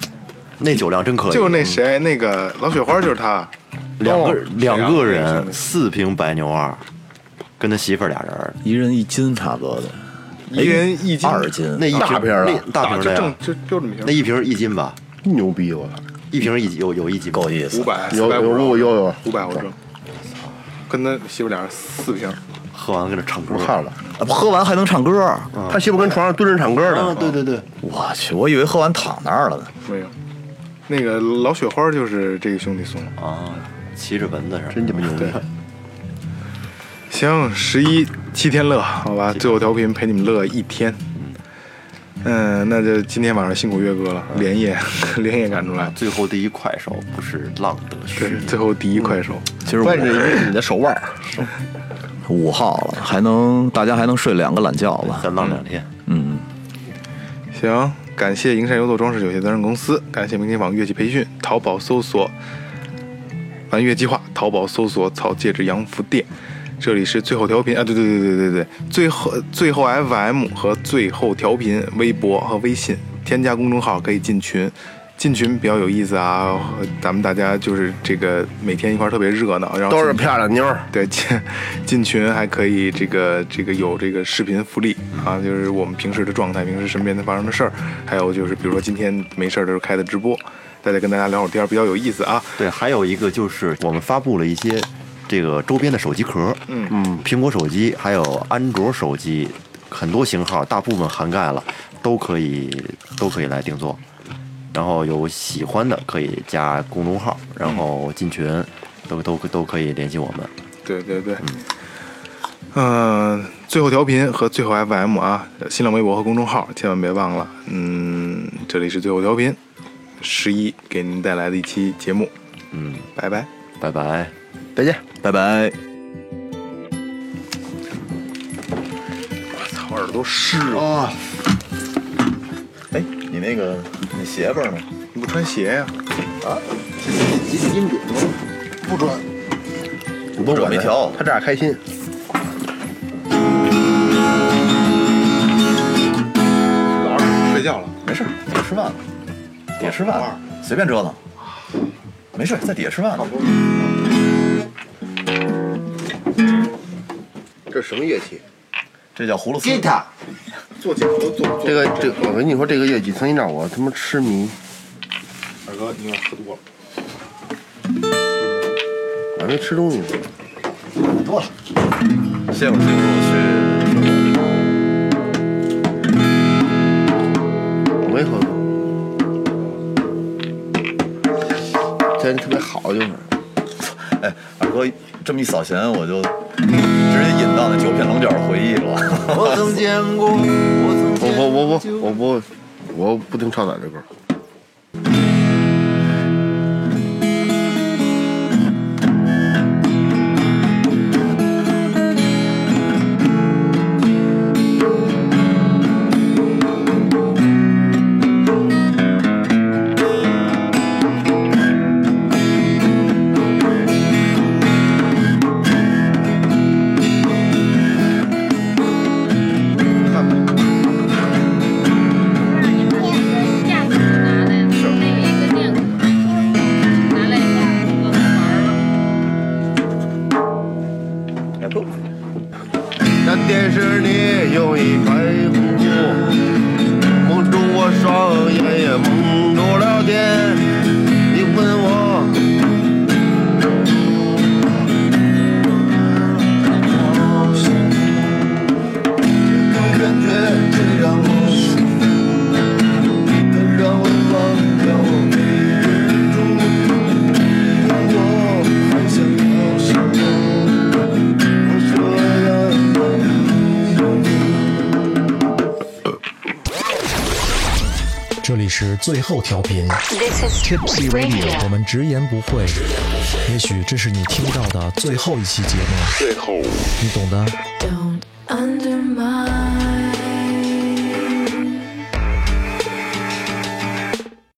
[SPEAKER 4] 那酒量真可以，
[SPEAKER 5] 就是那谁那个老雪花就是他，
[SPEAKER 4] 两个
[SPEAKER 5] 哦
[SPEAKER 4] 两个
[SPEAKER 5] 谁啊
[SPEAKER 4] 人四瓶白牛二，跟他媳妇儿俩人
[SPEAKER 3] 一人一斤差不多的，
[SPEAKER 5] 一人一斤，
[SPEAKER 3] 二斤，
[SPEAKER 4] 那一瓶
[SPEAKER 6] 大瓶儿啊
[SPEAKER 4] 那大
[SPEAKER 5] 大
[SPEAKER 4] 瓶
[SPEAKER 5] 就
[SPEAKER 4] 的
[SPEAKER 5] 正
[SPEAKER 4] 呀，
[SPEAKER 5] 就就这么
[SPEAKER 4] 那
[SPEAKER 5] 瓶，
[SPEAKER 4] 一瓶一斤吧，
[SPEAKER 6] 牛逼我操，
[SPEAKER 4] 一瓶一斤有有一斤
[SPEAKER 3] 够意思
[SPEAKER 5] 五。百
[SPEAKER 6] 有有有有有
[SPEAKER 5] 五百我挣，跟他媳妇俩人四瓶。
[SPEAKER 4] 喝完跟这唱歌
[SPEAKER 6] 我，看了，
[SPEAKER 3] 啊嗯喝完还能唱歌，
[SPEAKER 6] 他媳妇跟床上蹲着唱歌
[SPEAKER 4] 啊
[SPEAKER 6] 呢，
[SPEAKER 4] 对对对，
[SPEAKER 3] 我去，我以为喝完躺那儿了呢。
[SPEAKER 5] 没有，那个老雪花就是这个兄弟送的。
[SPEAKER 4] 啊，骑着蚊子似的，
[SPEAKER 6] 真鸡巴牛逼，
[SPEAKER 5] 行，十一七天乐，好吧，最后调频陪你们乐一天。嗯，那就今天晚上辛苦月哥了，连夜 *laughs* 连夜赶出来，
[SPEAKER 4] 最后第一快手不是浪得虚
[SPEAKER 5] 对，最后第一快手，
[SPEAKER 3] 其实
[SPEAKER 6] 关键是因为你的手腕儿，
[SPEAKER 3] *laughs* 五号了，还能大家还能睡两个懒觉吧？
[SPEAKER 4] 咱浪两天。
[SPEAKER 3] 嗯，
[SPEAKER 5] 行，感谢营山优作装饰有限责任公司，感谢明天网乐器培训，淘宝搜索“玩乐计划”，淘宝搜索“草戒指洋服店”。这里是最后调频啊，对对对对对对，最后最后 FM 和最后调频微博和微信，添加公众号可以进群，进群比较有意思啊，咱们大家就是这个每天一块儿特别热闹，然后
[SPEAKER 6] 都是
[SPEAKER 5] 进
[SPEAKER 6] 漂亮妞儿，
[SPEAKER 5] 对，进进群还可以这个这个有这个视频福利
[SPEAKER 3] 嗯
[SPEAKER 5] 啊，就是我们平时的状态，平时身边的发生的事儿，还有就是比如说今天没事儿的时候开的直播，大家跟大家聊会儿天儿比较有意思啊。
[SPEAKER 4] 对，还有一个就是我们发布了一些这个周边的手机壳，嗯嗯，苹果手机还有安卓手机，很多型号大部分涵盖了，都可以都可以来定做。然后有喜欢的可以加公众号，然后进群，都都都可以联系我们。
[SPEAKER 5] 对对对，嗯、最后调频和最后 FM 啊，新浪微博和公众号千万别忘了。嗯，这里是最后调频，十一给您带来的一期节目，
[SPEAKER 4] 嗯，
[SPEAKER 5] 拜拜。
[SPEAKER 4] 拜拜。
[SPEAKER 6] 再见。
[SPEAKER 3] 拜拜。
[SPEAKER 5] 操，耳朵湿了，
[SPEAKER 3] 啊，哎，你那个你鞋儿呢？
[SPEAKER 5] 你不穿鞋呀、
[SPEAKER 6] 你甭管
[SPEAKER 3] 没
[SPEAKER 6] 他
[SPEAKER 3] 调
[SPEAKER 6] 他这样开心。
[SPEAKER 5] 老二睡觉了。
[SPEAKER 3] 没事儿，我吃饭了，底下吃饭了，随便折腾，没事，在底下吃饭呢。
[SPEAKER 6] 这是什么乐器？
[SPEAKER 3] 这叫葫芦丝。吉他。
[SPEAKER 6] 这个这个，我跟你说，这个乐器曾经让我他妈痴迷。
[SPEAKER 5] 二哥，你有点喝多了。
[SPEAKER 6] 我还没吃东西呢。
[SPEAKER 3] 谢谢我叔叔去。
[SPEAKER 6] 我没喝过。现在特别好就是，
[SPEAKER 3] 哎，二哥这么一扫弦，我就直接引到那九品龙角回忆了。
[SPEAKER 4] 我曾见过，我
[SPEAKER 6] 我我我不我不我不听超载这歌。
[SPEAKER 7] 这里是最后调频
[SPEAKER 9] This is
[SPEAKER 7] Tipsy Radio，我
[SPEAKER 9] Radio.
[SPEAKER 7] 们直言不讳，也许这是你听到的最后一期节目，最后，你懂的。
[SPEAKER 8] Don't undermine